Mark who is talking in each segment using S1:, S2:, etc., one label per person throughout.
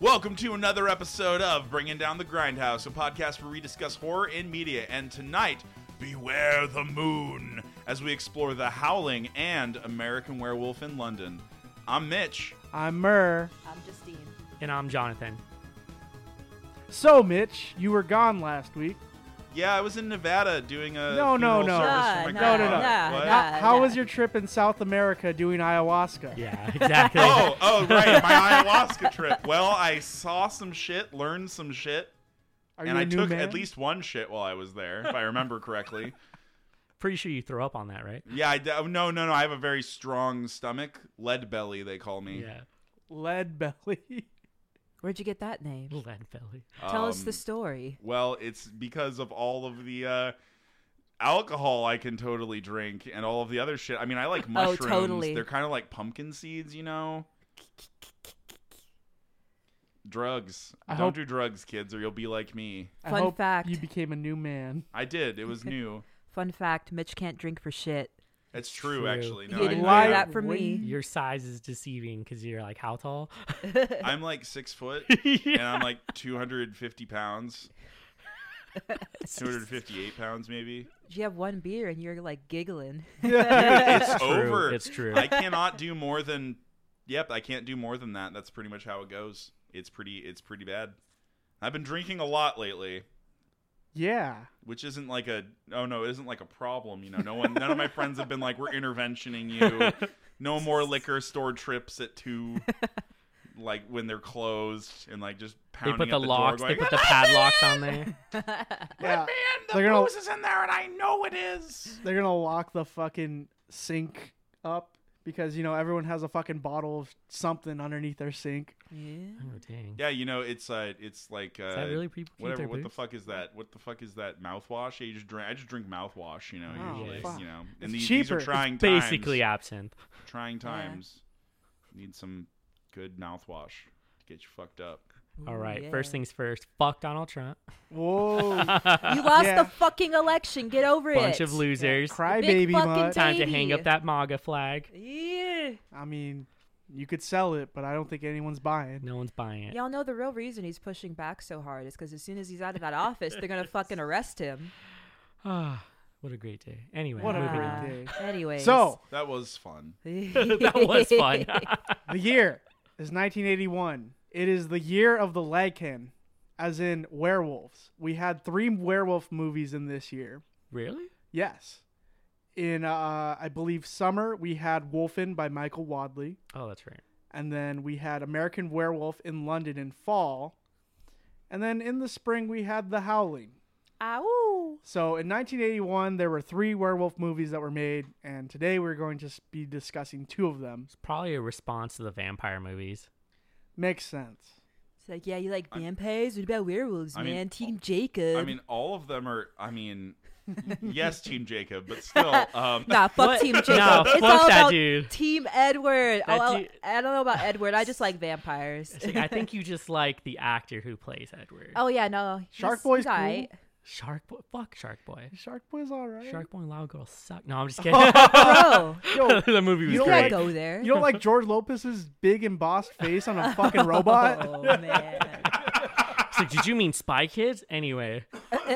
S1: Welcome to another episode of Bringing Down the Grindhouse, a podcast where we discuss horror in media. And tonight, beware the moon as we explore The Howling and American Werewolf in London. I'm Mitch.
S2: I'm Murr.
S3: I'm Justine.
S4: And I'm Jonathan.
S2: So, Mitch, you were gone last week.
S1: Yeah, I was in Nevada doing a
S2: No, no,
S1: funeral
S2: no.
S1: service
S3: Nah,
S1: for my
S3: nah,
S2: Ah, No,
S1: grandma.
S2: no, no.
S3: nah,
S1: What?
S3: nah.
S2: How, how was your trip in South America doing ayahuasca?
S4: Yeah, exactly.
S1: Oh, oh, right, my ayahuasca trip. Well, I saw some shit, learned some shit,
S2: Are
S1: and
S2: you a
S1: I
S2: new
S1: took
S2: man?
S1: at least one shit while I was there, if I remember correctly.
S4: Pretty sure you throw up on that, right?
S1: Yeah, I d- oh, no, no, no. I have a very strong stomach, lead belly. They call me.
S4: Yeah.
S2: lead belly.
S3: Where'd you get that name?
S4: Lead belly.
S3: Tell us
S1: Um,
S3: the story.
S1: Well, it's because of all of the uh, alcohol I can totally drink, and all of the other shit. I mean, I like mushrooms.
S3: Oh, totally.
S1: They're kind of like pumpkin seeds, you know. Drugs.
S2: I
S1: Don't
S2: hope-
S1: do drugs, kids, or you'll be like me.
S2: I
S3: Fun
S2: hope
S3: fact.
S2: You became a new man.
S1: I did. It was new.
S3: Fun fact: Mitch can't drink for shit.
S1: It's true,
S4: True.
S1: actually. No,
S3: you
S1: I,
S3: didn't
S2: Light
S3: hear that from me.
S2: weight.
S4: Your size is deceiving because you're like how tall?
S1: I'm like six foot, and
S4: yeah.
S1: I'm like 250 pounds. 258 pounds, maybe.
S3: You have one beer and you're like giggling.
S1: it's
S4: True.
S1: over.
S4: It's true.
S1: I cannot do more than. Yep, I can't do more than that. That's pretty much how it goes. It's pretty. It's pretty bad. I've been drinking a lot lately,
S2: Yeah.
S1: which isn't like a. Oh no, it isn't like a problem. You know, no one. None of my friends have been like, we're interventioning you. No more liquor store trips at two. Like when they're closed and like just
S4: they
S1: pounding
S4: put
S1: at
S4: the,
S1: door,
S4: locks,
S1: going,
S4: they put the padlocks on there.
S2: Yeah.
S1: Man, the
S2: They're gonna-
S1: booze is in there, and I know it is.
S2: They're going to lock the fucking sink up because, you know, everyone has a fucking bottle of something underneath their sink.
S3: Yeah.
S4: Oh dang.
S1: Yeah, you know, it's uh, it's like uh,
S4: Is that really people keep
S1: whatever.
S4: their
S1: What the
S4: boobs?
S1: fuck is that? What the fuck is that mouthwash? Yeah, you just drink. I just drink mouthwash. You know,
S2: Oh,
S1: usually.
S2: fuck.
S1: You know, and
S2: It's
S1: these, these are
S2: cheaper.
S1: trying times.
S4: Basically absinthe.
S1: trying
S3: Yeah.
S1: times. Need some good mouthwash to get you fucked up.
S4: All
S3: Ooh,
S4: right.
S3: yeah.
S4: First things first. Fuck Donald Trump.
S2: Whoa.
S3: You lost
S2: Yeah.
S3: the fucking election. Get over it.
S4: Bunch of losers.
S2: Crybaby
S3: fucking
S2: mutt.
S3: dick.
S4: Time to hang
S3: Baby.
S4: up that MAGA flag.
S3: Yeah.
S2: I mean, you could sell it, but I don't think anyone's buying.
S4: No one's buying it.
S3: Y'all know the real reason he's pushing back so hard is because as soon as he's out of that office, they're gonna fucking arrest him.
S4: Ah, what a great day. Anyway,
S2: What a
S4: moving
S2: great
S4: on.
S2: day.
S3: Uh, Anyways.
S2: So,
S1: That was fun.
S4: that was fun.
S2: the year is 1981. It is the year of the Lycan, as in werewolves. We had three werewolf movies in this year.
S4: really?
S2: Yes. In, uh, I believe, summer, we had Wolfen by Michael Wadley.
S4: Oh, that's right.
S2: And then we had American Werewolf in London in fall. And then in the spring, we had The Howling.
S3: Ow.
S2: So in 1981, there were three werewolf movies that were made, and today we're going to s- be discussing two of them.
S4: It's probably a response to the vampire movies.
S2: Makes sense.
S3: It's like, yeah, you like
S1: I'm-
S3: vampires? What about werewolves,
S1: I
S3: man?
S1: mean,
S3: Team Jacob.
S1: I mean, all of them are. I mean, yes, Team Jacob, but still, um,
S3: nah, fuck
S4: What?
S3: Team
S4: No,
S3: Jacob. it's
S4: fuck
S3: all
S4: that
S3: about
S4: dude.
S3: Team Edward.
S4: That
S3: oh,
S4: dude-
S3: I don't know about Edward. I just like vampires.
S4: It's like, I think you just like the actor who plays Edward.
S3: oh yeah, no.
S2: Shark
S3: he's,
S2: Boy's
S3: he's
S2: cool.
S3: alright.
S4: Shark Boy. Fuck Shark Boy.
S2: Shark Boy's all right.
S4: Shark Boy and Loud Girl suck. No, I'm just kidding.
S3: Oh. Bro,
S2: Yo,
S4: the movie was
S2: you don't
S3: can't
S4: great.
S2: like-
S3: go there.
S2: you don't like George Lopez's big embossed face on a fucking robot?
S3: Oh man.
S4: It's like, did you mean Spy Kids? Anyway,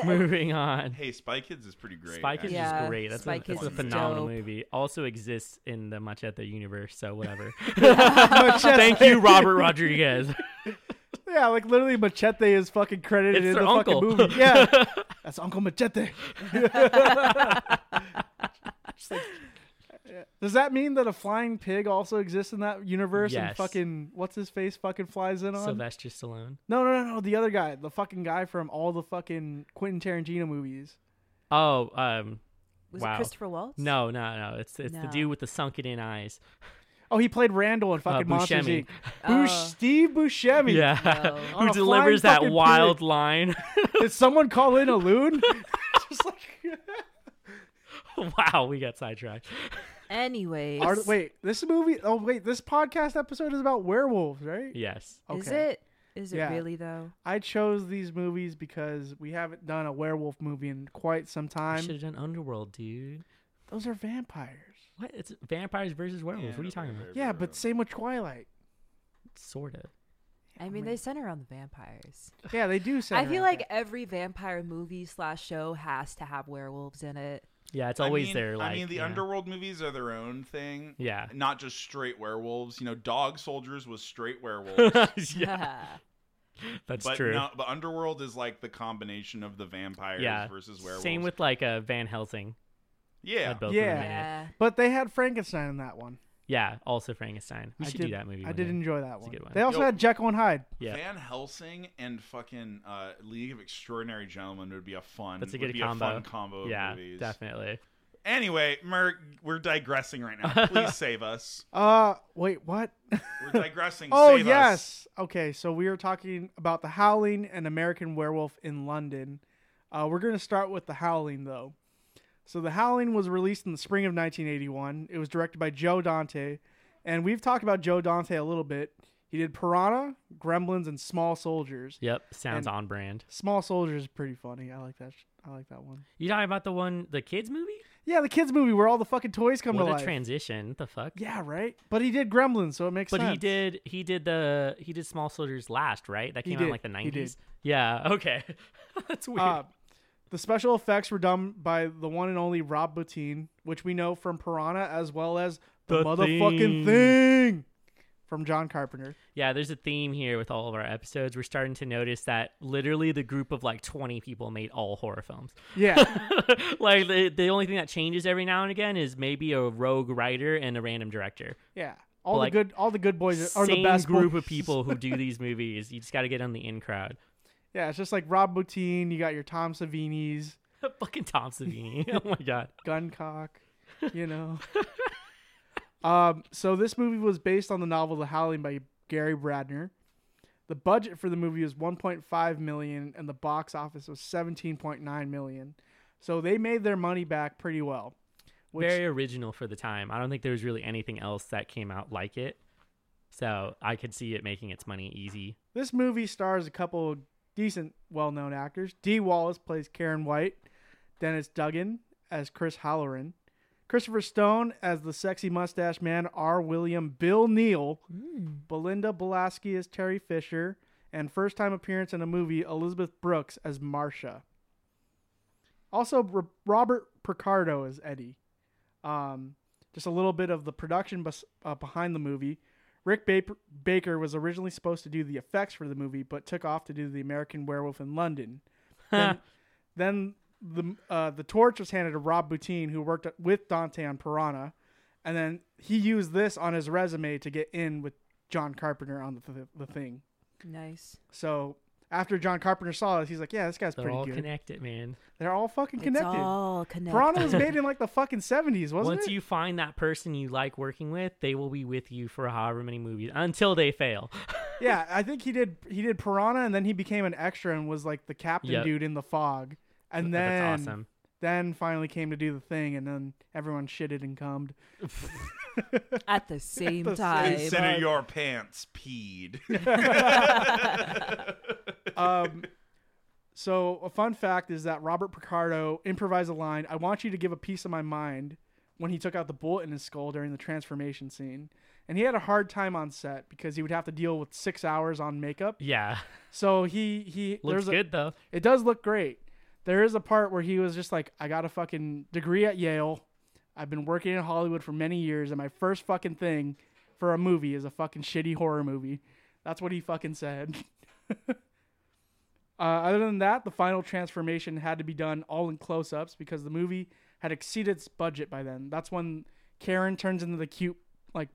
S4: moving on.
S1: hey, Spy Kids is pretty great.
S4: Spy Kids
S1: actually.
S3: Yeah,
S4: is great. That's,
S3: Spy
S4: a, that's
S3: Kids
S4: a
S3: is
S4: phenomenal
S3: dope.
S4: movie. Also exists in the Machete universe, so whatever.
S2: Machete.
S4: Thank you, Robert Rodriguez.
S2: Yeah, like literally Machete is fucking credited
S4: It's
S2: in
S4: their
S2: the
S4: uncle.
S2: fucking movie. Yeah, that's Uncle Machete. Just like- does that mean that a flying pig also exists in that universe? And
S4: Yes.
S2: fucking what's his face fucking flies in on?
S4: Sylvester Stallone.
S2: No, no, no, no. The other guy, the fucking guy from all the fucking Quentin Tarantino movies.
S4: Oh, um,
S3: Was
S4: Wow.
S3: it Christopher Waltz?
S4: no, no, no. It's it's the
S3: No.
S4: dude with the sunken in eyes.
S2: Oh, he played Randall in fucking Monsters
S4: Uh, Buscemi.
S2: Inc. Bush,
S3: Oh.
S2: Steve Buscemi.
S4: yeah.
S3: No.
S2: On
S4: Who
S2: a
S4: delivers
S2: flying
S4: that
S2: fucking
S4: wild line.
S2: Did someone call in a loon? Just like,
S4: wow, we got sidetracked.
S3: Anyways.
S2: Are- wait, this movie. Oh, wait, this podcast episode is about werewolves, right?
S4: Yes.
S3: Is
S2: Okay.
S3: it? Is it
S2: Yeah.
S3: really though?
S2: I chose these movies because we haven't done a werewolf movie in quite some
S4: I
S2: time.
S4: should have done Underworld, dude.
S2: Those are vampires.
S4: What? It's vampires versus
S1: Yeah,
S4: werewolves. what are you talking
S1: they're-
S4: about?
S1: they're-
S2: Yeah, but same with Twilight.
S4: Sort of.
S3: I mean, they center on the vampires.
S2: Yeah, they do. Center
S3: I feel
S2: around
S3: like every vampire movie slash show has to have werewolves in it.
S4: Yeah, it's
S1: I
S4: always
S1: mean,
S4: there. Like,
S1: I mean, the
S4: yeah.
S1: underworld movies are their own thing.
S4: Yeah.
S1: Not just straight werewolves. You know, Dog Soldiers was straight werewolves.
S4: yeah, that's
S1: but
S4: true.
S1: no, but underworld is like the combination of the vampires
S4: yeah,
S1: versus werewolves.
S4: same with like uh, Van Helsing.
S1: yeah.
S4: Had both of
S2: Yeah.
S4: them in it.
S3: yeah.
S2: But they had Frankenstein in that one.
S4: Yeah, also Frankenstein. We
S2: I
S4: should
S2: did,
S4: do that movie.
S2: I
S4: one
S2: did
S4: day.
S2: enjoy that
S4: It's a
S2: one.
S4: good one.
S2: They also
S1: Yo.
S2: had Jekyll and Hyde.
S4: Yeah,
S1: Van Helsing and fucking uh, League of Extraordinary Gentlemen would be a fun.
S4: that's a
S1: would
S4: good
S1: be
S4: combo.
S1: A fun combo of
S4: yeah,
S1: movies.
S4: definitely.
S1: Anyway, Merc, we're digressing right now. Please save us.
S2: Uh, wait, what?
S1: We're digressing.
S2: oh
S1: save Us.
S2: yes. Okay, so we are talking about the Howling and American Werewolf in London. Uh, we're gonna start with the Howling though. So the Howling was released in the spring of 1981. It was directed by Joe Dante, and we've talked about Joe Dante a little bit. He did Piranha, Gremlins, and Small Soldiers.
S4: Yep, sounds
S2: And-
S4: on brand.
S2: Small Soldiers is pretty funny. I like that. sh- I like that one.
S4: You talking about the one, the kids movie?
S2: Yeah, the kids movie where all the fucking toys come
S4: what
S2: to
S4: a
S2: life.
S4: transition! What the fuck?
S2: yeah, right. But he did Gremlins, so it makes
S4: but
S2: sense.
S4: he did. He did the. He did Small Soldiers last, right? That
S2: He
S4: came out in
S2: did,
S4: like the
S2: he did.
S4: nineties. Yeah. Okay. that's weird.
S2: Uh, the special effects were done by the one and only Rob Bottin, which we know from Piranha as well as the,
S4: The
S2: motherfucking
S4: Thing.
S2: thing from John Carpenter.
S4: yeah. There's a theme here with all of our episodes. We're starting to notice that literally the group of like 20 people made all horror films.
S2: Yeah,
S4: like the, the only thing that changes every now and again is maybe a rogue writer and a random director.
S2: yeah. All
S4: Like,
S2: the good, all the good boys are
S4: Same
S2: the best
S4: group
S2: boys.
S4: of people who do these movies. You just got to get on the in crowd.
S2: Yeah, it's just like Rob Bottin. You got your Tom Savini's
S4: Fucking Tom Savini. oh my god.
S2: Guncock, you know. um, so this movie was based on the novel The Howling by Gary Bradner. The budget for the movie was 1.5 million and the box office was 17.9 million. So they made their money back pretty well. Which
S4: Very original for the time. I don't think there was really anything else that came out like it. So I could see it making its money easy.
S2: this movie stars a couple of decent well-known actors. Dee Wallace plays Karen White, Dennis Duggan as Chris Halloran, Christopher Stone as the sexy mustache man R. William Bill Neal. Belinda Belaski as Terry Fisher, and first time appearance in a movie, Elizabeth Brooks as Marcia. Also, R- Robert Picardo as Eddie. Um, just a little bit of the production bes- uh, behind the movie. Rick Ba- Baker was originally supposed to do the effects for the movie, but took off to do the American Werewolf in London. Then, then the uh, the torch was handed to Rob Boutine, who worked with Dante on Piranha, and then he used this on his resume to get in with John Carpenter on the th- the thing.
S3: Nice.
S2: So after John Carpenter saw this, he's like, "Yeah, this guy's
S4: They're
S2: pretty
S4: all
S2: good.
S4: connected, man.
S2: They're all fucking connected."
S3: It's all connected.
S2: Piranha was made in like the fucking seventies, wasn't
S4: Once
S2: it?
S4: you find that person you like working with, they will be with you for however many movies until they fail.
S2: yeah, I think he did. He did Piranha, and then he became an extra and was like the captain
S4: Yep.
S2: dude in the fog. And then,
S4: That's awesome.
S2: then finally came to do the thing, and then everyone shitted and cummed.
S3: at the same
S2: the same
S3: time.
S2: time.
S1: Consider your pants peed.
S2: um, so a fun fact is that Robert Picardo improvised a line, "I want you to give a piece of my mind," when he took out the bullet in his skull during the transformation scene, and he had a hard time on set because he would have to deal with six hours on makeup.
S4: Yeah.
S2: So he he
S4: Looks
S2: there's a-
S4: good though.
S2: it does look great. There is a part where he was just like, I got a fucking degree at Yale. I've been working in Hollywood for many years, and my first fucking thing for a movie is a fucking shitty horror movie. That's what he fucking said. uh, other than that, the final transformation had to be done all in close ups because the movie had exceeded its budget by then. That's when Karen turns into the cute, like,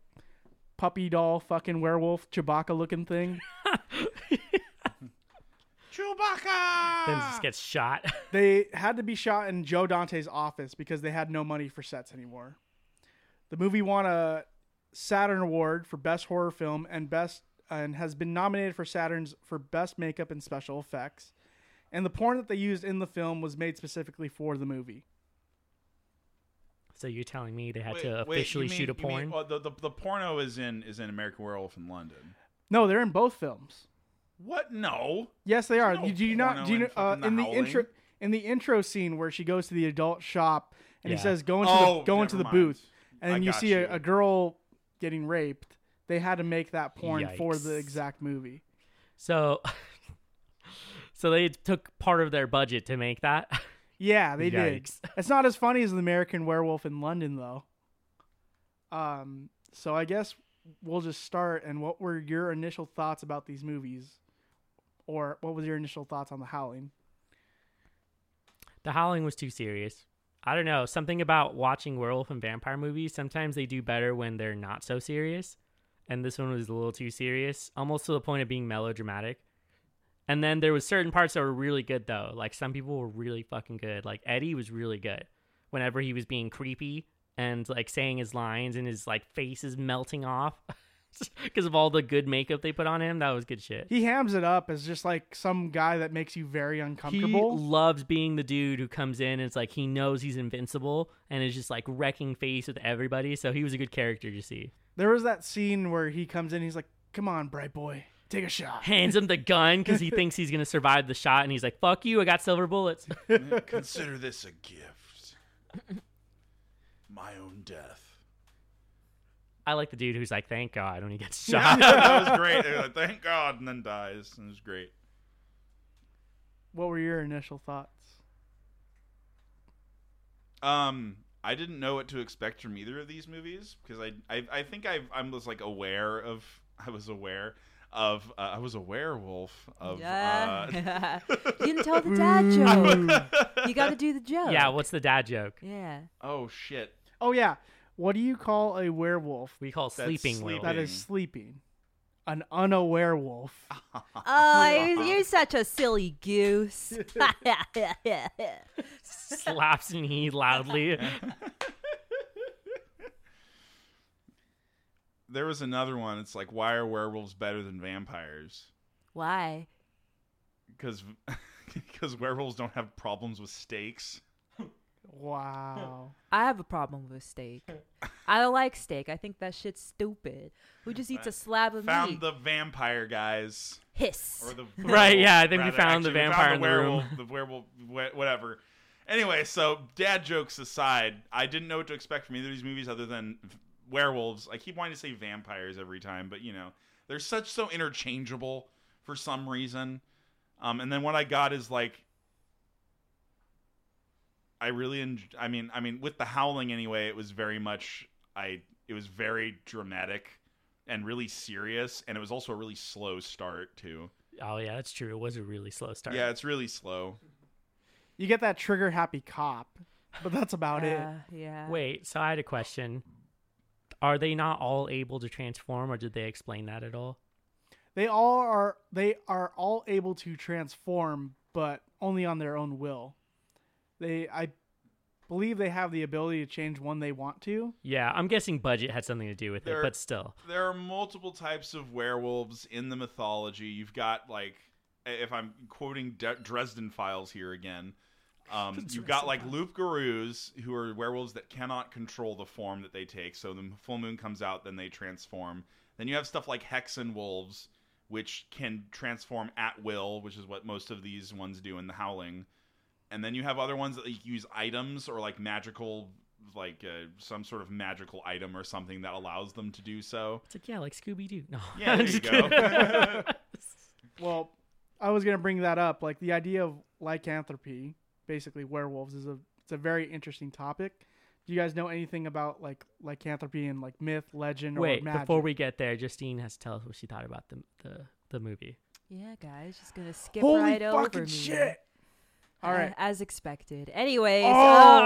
S2: puppy doll fucking werewolf, Chewbacca looking thing. Ah.
S1: Chewbacca.
S4: Then just gets shot.
S2: They had to be shot in Joe Dante's office because they had no money for sets anymore. The movie won a Saturn Award for Best Horror Film and Best and has been nominated for Saturn's for Best Makeup and Special Effects. And the porn that they used in the film was made specifically for the movie.
S4: so you're telling me they had
S1: Wait,
S4: to
S1: wait, you
S4: officially
S1: mean-
S4: shoot a
S1: you mean-
S4: porn?
S1: well, the, the the porno is in is in American Werewolf in London.
S2: No, they're in both films.
S1: What? No.
S2: Yes, they are.
S1: no
S2: you, do you
S1: porno
S2: not? Do you
S1: in
S2: know, uh,
S1: fucking The
S2: in the
S1: Howling.
S2: intro in the intro scene where she goes to the adult shop and
S4: Yeah.
S2: he says, "Go into
S1: Oh,
S2: the, go
S1: never
S2: into the
S1: mind.
S2: booth,"
S1: I
S2: and you
S1: got
S2: see
S1: you.
S2: A, a girl getting raped. They had to make that porn for the
S4: Yikes.
S2: exact movie.
S4: So, so they took part of their budget to make that.
S2: Yeah, they did.
S4: Yikes.
S2: It's not as funny as the American Werewolf in London though. Um, so I guess we'll just start. And what were your initial thoughts about these movies, or what was your initial thoughts on The Howling?
S4: The Howling was too serious. I don't know. Something about watching werewolf and vampire movies. Sometimes they do better when they're not so serious, and this one was a little too serious, almost to the point of being melodramatic. And then there was certain parts that were really good though. Like some people were really fucking good. Like Eddie was really good. Whenever he was being creepy and like saying his lines and his like face is melting off because of all the good makeup they put on him, that was good shit.
S2: He hams it up as just like some guy that makes you very uncomfortable.
S4: He loves being the dude who comes in and it's like he knows he's invincible and is just like wrecking face with everybody. So he was a good character to see.
S2: there was that scene where he comes in. He's like, "Come on, bright boy, take a shot."
S4: Hands him the gun because he thinks he's gonna survive the shot, and he's like, "Fuck you! I got silver bullets."
S1: Consider this a gift. My own death.
S4: I like the dude who's like, "Thank God when he gets shot."
S1: that was great. They're like, Thank God, and then dies. And it was great.
S2: What were your initial thoughts?
S1: Um, I didn't know what to expect from either of these movies because I, I, I think I, I was like aware of, I was aware of, uh, I was a werewolf of. Uh,
S3: yeah. you didn't tell the dad joke. you got to do the joke.
S4: yeah, what's the dad joke?
S3: Yeah.
S1: oh shit!
S2: Oh yeah, what do you call a werewolf
S4: We call
S1: That's
S4: sleeping.
S1: sleeping.
S4: werewolf.
S2: that is sleeping? An unaware wolf.
S3: Oh, you're, you're such a silly goose.
S4: Slaps and he loudly.
S1: There was another one. It's like, why are werewolves better than vampires?
S3: Why?
S1: Because, because werewolves don't have problems with stakes.
S2: Wow.
S3: I have a problem with steak. I don't like steak. I think that shit's stupid. Who just eats a slab of
S1: Found
S3: meat?
S1: the vampire guys.
S3: Hiss.
S1: or the
S4: Right, yeah, I think we
S1: rather.
S4: found the
S1: Actually, we
S4: vampire in
S1: found
S4: the
S1: werewolf,
S4: room.
S1: the werewolf, wh- whatever. Anyway, so dad jokes aside, I didn't know what to expect from either of these movies other than v- werewolves. I keep wanting to say vampires every time, but you know, they're such so interchangeable for some reason. Um, and then what I got is like, I really, en- I mean, I mean, with the howling anyway, it was very much, I, it was very dramatic and really serious, and it was also a really slow start too.
S4: Oh yeah, that's true. It was a really slow start.
S1: Yeah, it's really slow.
S2: You get that trigger happy cop, but that's about
S3: yeah,
S2: it.
S3: yeah.
S4: Wait, so I had a question. Are they not all able to transform, or did they explain that at all?
S2: They all are they are all able to transform, but only on their own will. They I believe they have the ability to change when they want to.
S4: Yeah, I'm guessing budget had something to do with
S1: There-
S4: it, but still.
S1: There are multiple types of werewolves in the mythology. You've got like, if I'm quoting De- Dresden Files here again, um, you've got like loop gurus who are werewolves that cannot control the form that they take. So the full moon comes out, then they transform. Then you have stuff like hexen wolves, which can transform at will, which is what most of these ones do in the Howling. And then you have other ones that like, use items or like magical, like uh, some sort of magical item or something that allows them to do so.
S4: It's like yeah, like Scooby Doo. No,
S1: Yeah,
S4: I'm
S1: there you
S4: just
S1: go.
S4: kidding.
S2: Well, I was gonna bring that up. Like the idea of lycanthropy, basically werewolves, is a it's a very interesting topic. Do you guys know anything about like lycanthropy and like myth, legend,
S4: Wait,
S2: or magic?
S4: before we get there, Justine has to tell us what she thought about the the, the movie.
S3: Yeah, guys, just gonna skip
S2: Holy
S3: right over
S2: fucking
S3: me.
S2: shit! All
S3: Uh,
S2: right.
S3: as expected. Anyways,
S2: Oh,
S3: oh,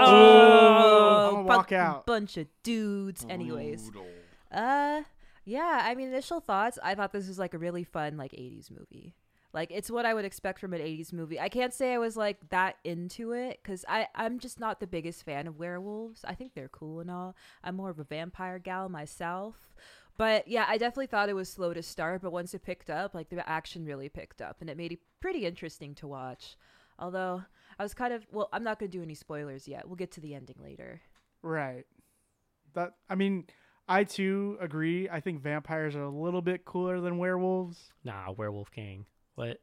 S2: I'm gonna walk
S3: fucking
S2: out.
S3: Bunch of dudes. Anyways,
S1: Brutal.
S3: uh, yeah. I mean, initial thoughts. I thought this was like a really fun like '80s movie. Like it's what I would expect from an '80s movie. I can't say I was like that into it because I I'm just not the biggest fan of werewolves. I think they're cool and all. I'm more of a vampire gal myself. But yeah, I definitely thought it was slow to start, but once it picked up, like the action really picked up and it made it pretty interesting to watch. Although I was kind of well, I'm not going to do any spoilers yet. We'll get to the ending later.
S2: Right. That I mean, I too agree. I think vampires are a little bit cooler than werewolves.
S4: Nah, Werewolf King. What?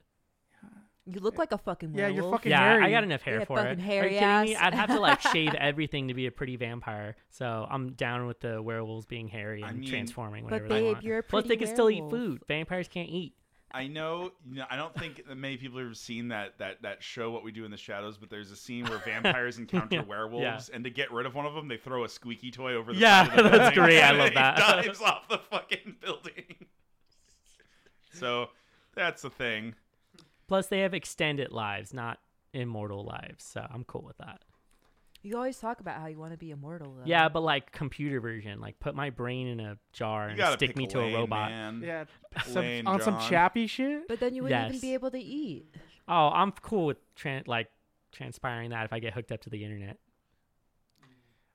S3: You look like a fucking
S2: Yeah,
S3: werewolf.
S2: you're fucking
S4: Yeah,
S2: hairy.
S4: I got enough hair
S3: Yeah,
S4: for it.
S3: fucking
S4: Are you
S3: hairy
S4: kidding me?
S3: ass.
S4: I'd have to like shave everything to be a pretty vampire. So I'm down with the werewolves being hairy
S1: I
S4: and
S1: mean-
S4: transforming
S3: But
S4: whenever they
S3: babe,
S4: want.
S3: you're a
S4: Plus, they
S3: pretty
S4: can still eat
S3: werewolf.
S4: food. Vampires can't eat.
S1: I know, you know, I don't think that many people have seen that that that show What We Do in the Shadows, but there's a scene where vampires encounter
S4: Yeah.
S1: werewolves, and to get rid of one of them, they throw a squeaky toy over the
S4: Yeah,
S1: side of the
S4: that's
S1: building,
S4: great. I
S1: and
S4: love
S1: he
S4: that.
S1: dives off the fucking building. so that's the thing.
S4: Plus, they have extended lives, not immortal lives. So I'm cool with that.
S3: You always talk about how you want to be immortal, though.
S4: Yeah, but like computer version, like put my brain in a jar
S1: You
S4: and
S1: gotta
S4: stick
S1: pick
S4: me to
S1: lane,
S4: a robot.
S1: man.
S2: Yeah,
S4: Mm.
S2: some-
S1: Lane,
S2: on some
S1: John.
S2: chappy shit.
S3: But then you wouldn't
S4: Yes.
S3: even be able to eat.
S4: Oh, I'm cool with tran like transpiring that if I get hooked up to the internet.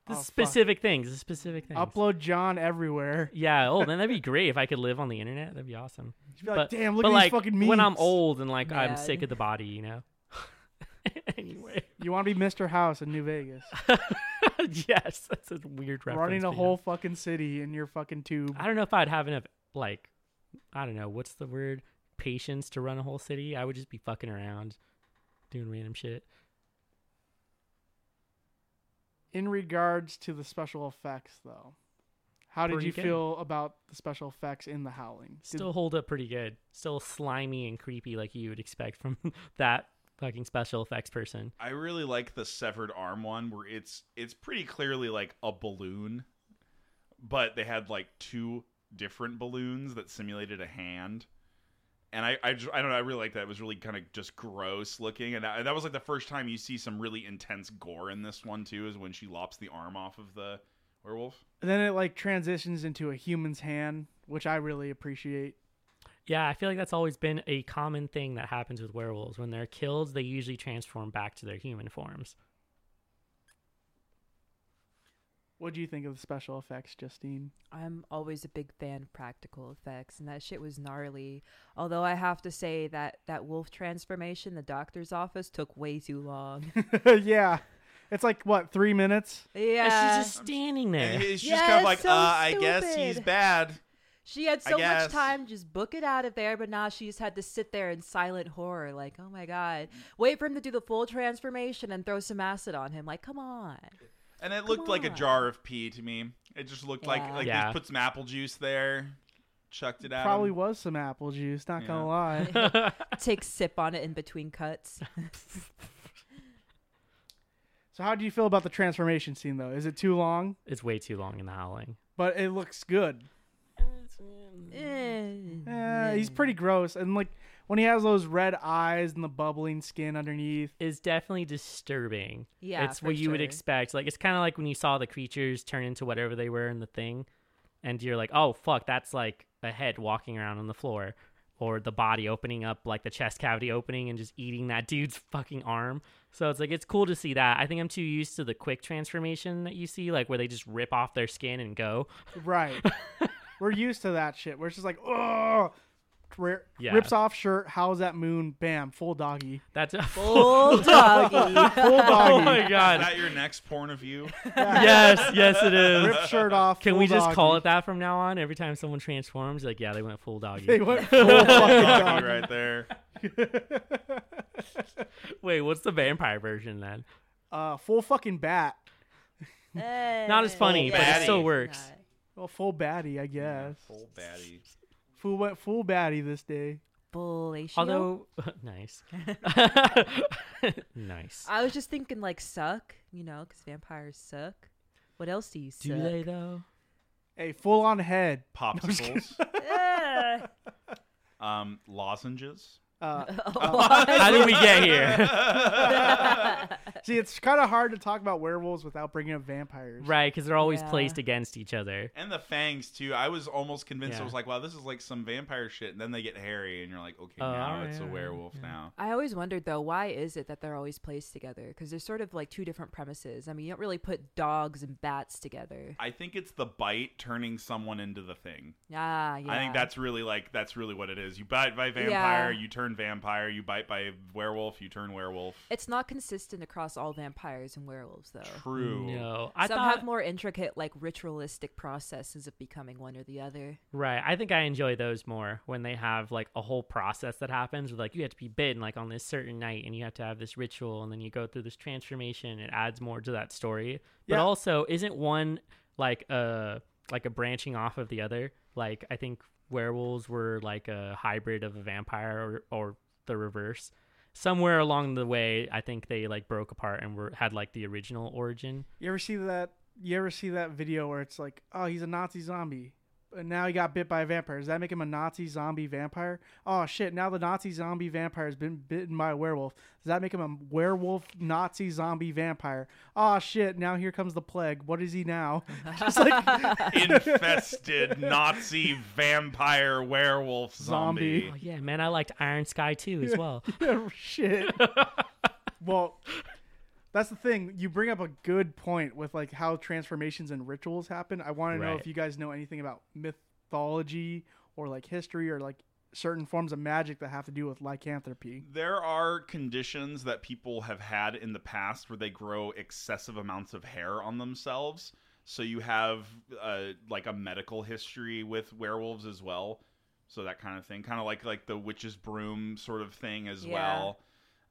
S4: The
S2: Oh, fuck.
S4: specific things, the specific things.
S2: Upload John everywhere.
S4: Yeah, oh, then that'd be great if I could live on the internet. That'd be awesome.
S2: You'd be like, damn, look
S4: but
S2: at
S4: like,
S2: these fucking memes.
S4: When I'm old and like I'm
S3: Mad.
S4: sick of the body, you know. anyway,
S2: you want to be Mr. House in New Vegas,
S4: yes, that's a weird reference.
S2: running a
S4: but yeah.
S2: whole fucking city in your fucking tube.
S4: I don't know if I'd have enough like, I don't know what's the word patience to run a whole city. I would just be fucking around, doing random shit.
S2: In regards to the special effects, though, how did
S4: Pretty
S2: you
S4: good.
S2: feel about the special effects in The Howling? Did-
S4: Still hold up pretty good. Still slimy and creepy like you would expect from that fucking special effects person.
S1: I really like the severed arm one where it's it's pretty clearly like a balloon, but they had like two different balloons that simulated a hand. And I, I, ju- I don't know. I really like that. It was really kind of just gross looking, and I, that was like the first time you see some really intense gore in this one too. Is when she lops the arm off of the werewolf.
S2: and then it like transitions into a human's hand, which I really appreciate.
S4: Yeah, I feel like that's always been a common thing that happens with werewolves. When they're killed, they usually transform back to their human forms.
S2: What do you think of the special effects, Justine?
S3: I'm always a big fan of practical effects, and that shit was gnarly. Although I have to say that that wolf transformation, the doctor's office, took way too long.
S2: yeah, it's like what three minutes.
S4: And
S3: yeah,
S4: she's just standing there.
S1: And it's just
S3: Yeah,
S1: kind of
S3: it's
S1: like,
S3: so
S1: uh, I guess he's
S3: stupid.
S1: bad.
S3: she had
S1: I
S3: so much
S1: guess.
S3: time to just book it out of there, but now she just had to sit there in silent horror, like, oh my god, wait for him to do the full transformation and throw some acid on him. Like, come on.
S1: And it looked like a
S3: on.
S1: jar of pee to me. It just looked like
S3: Yeah.
S1: like
S4: Yeah.
S1: they put some apple juice there, chucked it out.
S2: Probably was some apple juice. Not
S1: Yeah.
S2: gonna lie.
S3: Take sip on it in between cuts.
S2: so how do you feel about the transformation scene though? Is it too long?
S4: it's way too long in the howling.
S2: But it looks good.
S3: Eh.
S2: Eh,
S4: Hmm.
S2: he's pretty gross, and like when he has those red eyes and the bubbling skin underneath.
S4: Is definitely disturbing.
S3: Yeah,
S4: it's
S3: for
S4: what you would
S3: sure.
S4: expect. Like it's kind of like when you saw the creatures turn into whatever they were in the thing, and you're like, oh fuck, that's like a head walking around on the floor, or the body opening up, like the chest cavity opening and just eating that dude's fucking arm. So it's like it's cool to see that. I think I'm too used to the quick transformation that you see, like where they just rip off their skin and go.
S2: Right. We're used to that shit. We're just like, oh,
S4: Yeah.
S2: rips off shirt. How's that moon? Bam, full doggy.
S4: That's a
S3: Full doggy.
S2: Full
S4: Oh
S2: doggy.
S4: my
S1: Is
S4: god.
S1: that your next porn of you?
S4: yes, yes, it is.
S2: Rip shirt off.
S4: Can
S2: full
S4: we just call
S2: doggy.
S4: it that from now on? Every time someone transforms, like, yeah, they went full doggy.
S2: They went full fucking
S1: Doggy
S2: doggy.
S1: right there.
S4: Wait, what's the vampire version then?
S2: Uh, full fucking bat.
S4: Not
S3: Uh,
S4: as funny,
S1: but it still
S4: works.
S2: Well, full baddie, I guess.
S1: Full baddie.
S2: Full went full baddie this day.
S3: Fellatio?
S4: Although, nice. nice.
S3: I was just thinking like suck, you know, because vampires suck. What else do you suck?
S4: Do they, though?
S2: Hey, full on head.
S1: Popsicles.
S3: Eh.
S1: um, lozenges.
S2: Uh,
S1: Oh.
S4: How did we get here?
S2: see, it's kind of hard to talk about werewolves without bringing up vampires.
S4: right, because they're always
S3: Yeah.
S4: placed against each other.
S1: And the fangs too. I was almost convinced
S4: Yeah.
S1: I was like, wow, this is like some vampire shit. And then they get hairy, and you're like, okay,
S4: Oh,
S1: now
S4: alright,
S1: it's a
S4: alright,
S1: werewolf. Now
S3: I always wondered though, why is it that they're always placed together? Because there's sort of like two different premises. I mean, you don't really put dogs and bats together.
S1: I think it's the bite turning someone into the thing.
S3: Ah, yeah.
S1: I think that's really like that's really what it is. You bite by vampire,
S3: Yeah.
S1: you turn vampire. You bite by werewolf, you turn werewolf.
S3: It's not consistent across all vampires and werewolves though.
S1: True.
S4: No. I
S3: Some
S4: thought,
S3: have more intricate, like ritualistic processes of becoming one or the other.
S4: right, I think I enjoy those more when they have, like, a whole process that happens with, like, you have to be bitten, like, on this certain night, and you have to have this ritual, and then you go through this transformation. It adds more to that story. But
S2: Yeah.
S4: uh, also, isn't one, like, a, like a branching off of the other? Like, I think werewolves were like a hybrid of a vampire or, or the reverse. Somewhere along the way, I think they like broke apart and were had like the original origin.
S2: You ever see that? You ever see that video where it's like, oh, he's a Nazi zombie, and now he got bit by a vampire. Does that make him a Nazi zombie vampire? Oh shit! Now the Nazi zombie vampire has been bitten by a werewolf. Does that make him a werewolf Nazi zombie vampire? Oh shit! Now here comes the plague. What is he now? Just like
S1: Infested Nazi vampire werewolf zombie.
S2: Zombie.
S4: Oh yeah, man, I liked Iron Sky too as well.
S2: Yeah, Oh, shit. well, that's the thing. You bring up a good point with like how transformations and rituals happen. I want to know
S4: Right.
S2: if you guys know anything about mythology or like history or like certain forms of magic that have to do with lycanthropy.
S1: There are conditions that people have had in the past where they grow excessive amounts of hair on themselves. So you have uh, like a medical history with werewolves as well. So that kind of thing, kind of like like the witch's broom sort of thing as
S3: Yeah.
S1: well.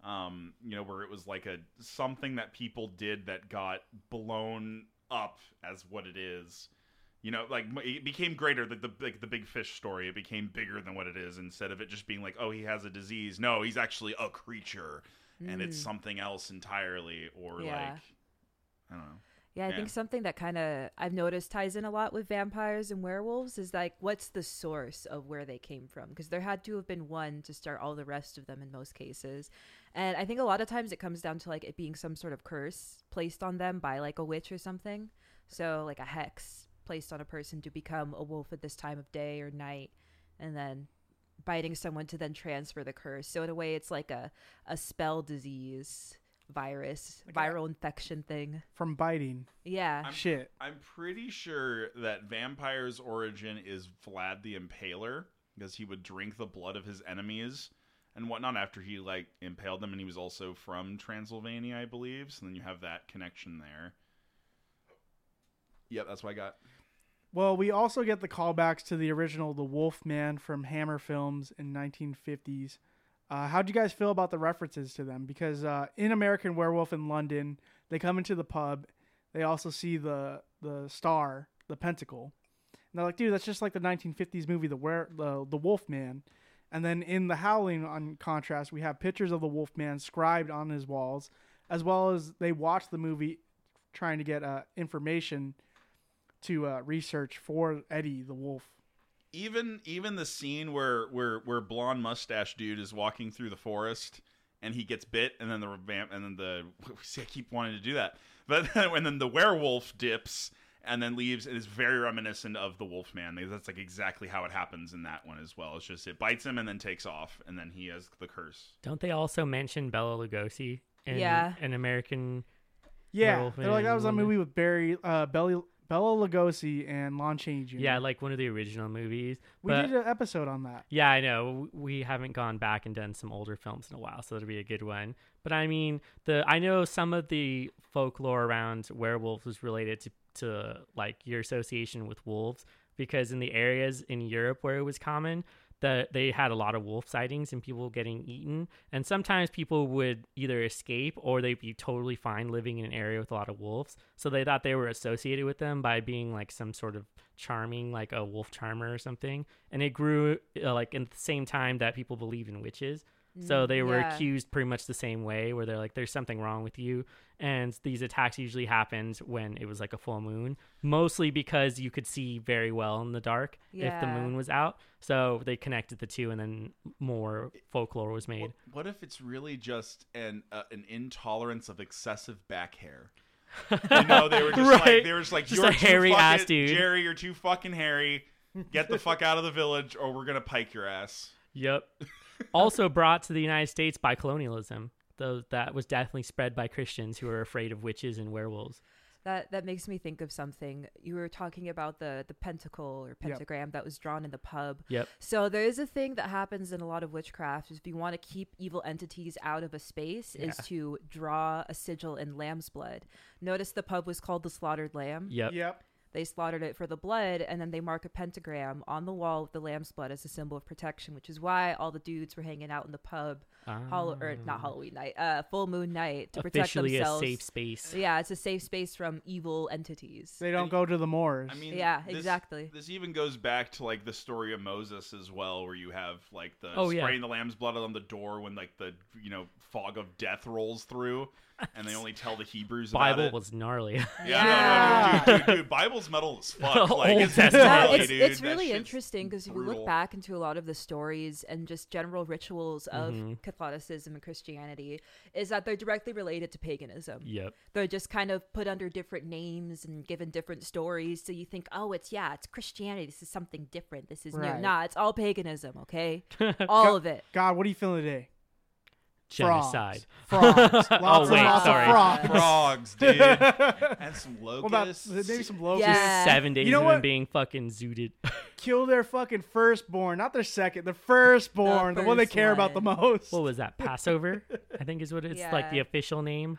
S1: Um, you know, where it was like a something that people did that got blown up as what it is. You know, like it became greater than the like the big fish story. It became bigger than what it is instead of it just being like, oh, he has a disease. No, he's actually a creature, and it's
S3: Mm.
S1: something else entirely. Or
S3: Yeah.
S1: like, I don't know.
S3: Yeah, I
S1: Yeah.
S3: think something that kind of I've noticed ties in a lot with vampires and werewolves is like what's the source of where they came from? Because there had to have been one to start all the rest of them in most cases. And I think a lot of times it comes down to like it being some sort of curse placed on them by like a witch or something. So like a hex placed on a person to become a wolf at this time of day or night and then biting someone to then transfer the curse. So in a way it's like a a spell disease virus,
S2: Like a-
S3: viral infection thing.
S2: From biting.
S3: Yeah.
S1: I'm-
S2: Shit.
S1: I'm pretty sure that vampire's origin is Vlad the Impaler because he would drink the blood of his enemies and whatnot after he like impaled them, and he was also from Transylvania, I believe. So then you have that connection there. Yep, that's what I got.
S2: Well, we also get the callbacks to the original The Wolf Man from Hammer Films in 1950s. Uh, how do you guys feel about the references to them? Because uh, in American Werewolf in London, they come into the pub, they also see the the star, the pentacle, and they're like, "Dude, that's just like the 1950s movie, the were the the Wolf Man." And then in The Howling, on contrast, we have pictures of the Wolf Man scribed on his walls, as well as they watch the movie, trying to get uh, information to uh, research for Eddie the Wolf.
S1: even even the scene where where where blonde mustache dude is walking through the forest and he gets bit and then the vamp and then the see I keep wanting to do that but then, and then the werewolf dips and then leaves and is very reminiscent of the wolfman that's like exactly how it happens in that one as well it's just it bites him and then takes off and then he has the curse
S4: Don't they also mention Bella Lugosi? In,
S3: Yeah.
S4: An American.
S2: Yeah,
S4: Werewolf
S2: they're like that
S4: in
S2: was a
S4: London.
S2: movie with Barry, uh, Belly, Bella Lugosi and Lon Chaney Jr.
S4: Yeah, like one of the original movies.
S2: we
S4: but-
S2: did an episode on that.
S4: Yeah, I know. W- We haven't gone back and done some older films in a while, so that'll be a good one. But I mean, the I know some of the folklore around werewolves was related to, to like your association with wolves because in the areas in Europe where it was common, that they had a lot of wolf sightings and people getting eaten. And sometimes people would either escape or they'd be totally fine living in an area with a lot of wolves. So they thought they were associated with them by being like some sort of charming, like a wolf charmer or something. And it grew uh, like in the same time that people believe in witches. So
S3: Mm,
S4: they were
S3: yeah.
S4: accused pretty much the same way, where they're like, "There's something wrong with you." And these attacks usually happened when it was like a full moon, mostly because you could see very well in the dark if the
S3: Yeah.
S4: moon was out. So they connected the two, and then more folklore was made.
S1: what, what if it's really just an uh, an intolerance of excessive back hair you know they were just like
S4: Right.
S1: they were just like
S4: Just
S1: you're
S4: a
S1: too
S4: hairy
S1: fucking-
S4: ass dude."
S1: Jerry you're too fucking hairy get the fuck out of the village or we're gonna pike your ass
S4: Yep. also brought to the United States by colonialism, though that was definitely spread by Christians who were afraid of witches and werewolves.
S3: That that makes me think of something. You were talking about the the pentacle or pentagram that was drawn in the pub.
S4: Yep.
S3: So there is a thing that happens in a lot of witchcraft is if you want to keep evil entities out of a space is to draw a sigil in lamb's blood. Notice the pub was called the slaughtered lamb.
S4: Yep.
S2: Yep.
S3: They slaughtered it for the blood, and then they mark a pentagram on the wall with the lamb's blood as a symbol of protection, which is why all the dudes were hanging out in the pub, Hall- or not Halloween night, uh, full moon night to protect
S4: Ah. Officially a
S3: themselves.
S4: safe space.
S3: Yeah, it's a safe space from evil entities.
S2: They don't go to the moors.
S1: I mean,
S3: Yeah,
S1: this-
S3: exactly.
S1: This even goes back to like the story of Moses as well, where you have like the
S4: Oh, yeah.
S1: spraying the lamb's blood on the door when like the you know fog of death rolls through, and they only tell the Hebrews about
S4: Bible
S1: it.
S4: was gnarly.
S1: yeah, no, no, dude, dude, dude, Bible's metal as fuck. Like,
S4: Old
S1: it's,
S4: Testament.
S3: Yeah,
S1: gnarly,
S3: it's,
S1: dude.
S3: it's
S1: That
S3: really
S1: shit's
S3: interesting because if you
S1: brutal.
S3: look back into a lot of the stories and just general rituals of
S2: Mm-hmm.
S4: Mhm.
S3: Catholicism and Christianity, is that they're directly related to paganism.
S4: yep.
S3: They're just kind of put under different names and given different stories. So you think, oh, it's yeah, it's Christianity. This is something different. This is
S2: Right.
S3: new. Nah, it's all paganism. Okay, all of it.
S2: God, what are you feeling today?
S4: Genocide.
S2: Frogs. Frogs. Lots
S4: oh wait,
S2: and lots
S4: sorry.
S2: Of frogs.
S1: frogs, dude, and some
S2: What about
S1: locusts.
S2: maybe some locusts?
S3: Yeah.
S4: Seven days
S2: You know
S4: of
S2: what?
S4: them being fucking zooted.
S2: Kill their fucking firstborn, not their second, their firstborn, the, one they
S3: first
S2: care about the most.
S4: what was that? Passover, I think is what it's like the
S3: Yeah.
S4: official name.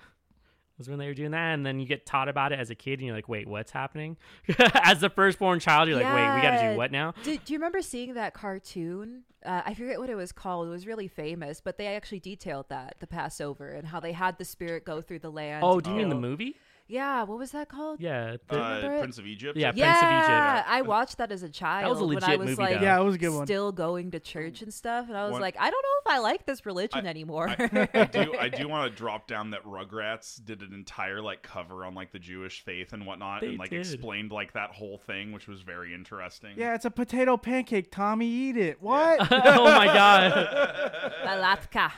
S4: Was when they were doing that, and then you get taught about it as a kid, and you're like, "Wait, what's happening?" as the firstborn child, you're like, "Wait, we got to
S3: Yeah.
S4: do what now?"
S3: Do, do you remember seeing that cartoon? Uh, I forget what it was called. It was really famous, but they actually detailed that the Passover and how they had the spirit go through the land.
S4: Oh,
S3: and
S4: do you mean the
S3: kill-
S4: movie?
S3: Yeah, what was that called?
S4: Yeah, the-
S3: remember
S1: uh,
S3: it?
S1: Prince of Egypt.
S4: Yeah, Prince of Egypt.
S3: Yeah, I watched that as a child
S4: was a
S3: when I
S4: legit
S3: was
S4: movie,
S3: like,
S4: though.
S2: Yeah, it was a good one.
S3: Still going to church and stuff, and I was
S1: One-
S3: like, I don't know if I like this religion anymore.
S1: I do I do want to drop down that Rugrats did an entire like cover on like the Jewish faith and whatnot
S4: They
S1: and like
S4: did.
S1: explained like that whole thing, which was very interesting.
S2: Yeah, it's a potato pancake. Tommy, eat it. What?
S4: oh my god.
S3: Malatka.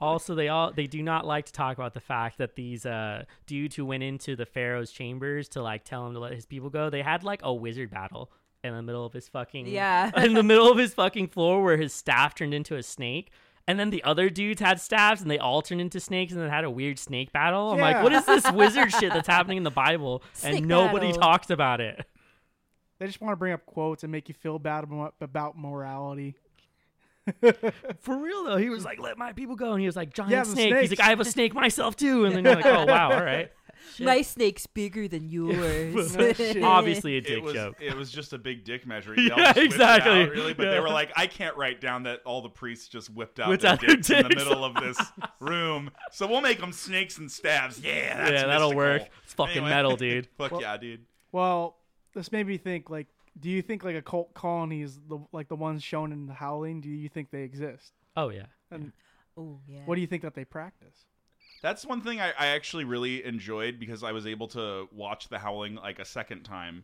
S4: Also, they all they do not like to talk about the fact that these uh dudes who went into the pharaoh's chambers to like tell him to let his people go, they had like a wizard battle in the middle of his fucking
S3: Yeah.
S4: in the middle of his fucking floor where his staff turned into a snake. And then the other dudes had staffs and they all turned into snakes and then had a weird snake battle. I'm
S2: Yeah.
S4: like, what is this wizard shit that's happening in the Bible?
S3: Snake
S4: and nobody
S3: battle.
S4: talks about it.
S2: They just want to bring up quotes and make you feel bad amo- about morality.
S4: For real though, he was like, "Let my people go," and he was like, "Giant
S2: Yeah, the
S4: snake." He's
S2: snakes.
S4: like, "I have a snake myself too," and then you're like, "Oh wow, all right." Shit.
S3: My snake's bigger than yours.
S2: No shit.
S4: Obviously a dick
S1: It was,
S4: joke.
S1: it was just a big dick measure. Y'all
S4: Yeah,
S1: just whipped it out,
S4: exactly.
S1: really, but they
S4: Yeah.
S1: were like, I can't write down that all the priests just whipped out
S4: Whipped
S1: their
S4: out their
S1: dicks in the
S4: dicks.
S1: middle of this room. So we'll make them snakes and stabs. Yeah, that's
S4: Yeah, that'll
S1: mystical.
S4: work. It's fucking
S1: Anyway.
S4: metal, dude.
S1: Fuck yeah, dude.
S2: Well, this made me think. Like, do you think like a cult colony is the, like the ones shown in The Howling? Do you think they exist?
S4: Oh yeah.
S3: Ooh, Oh, yeah.
S2: What do you think that they practice?
S1: That's one thing I, I actually really enjoyed because I was able to watch The Howling like a second time.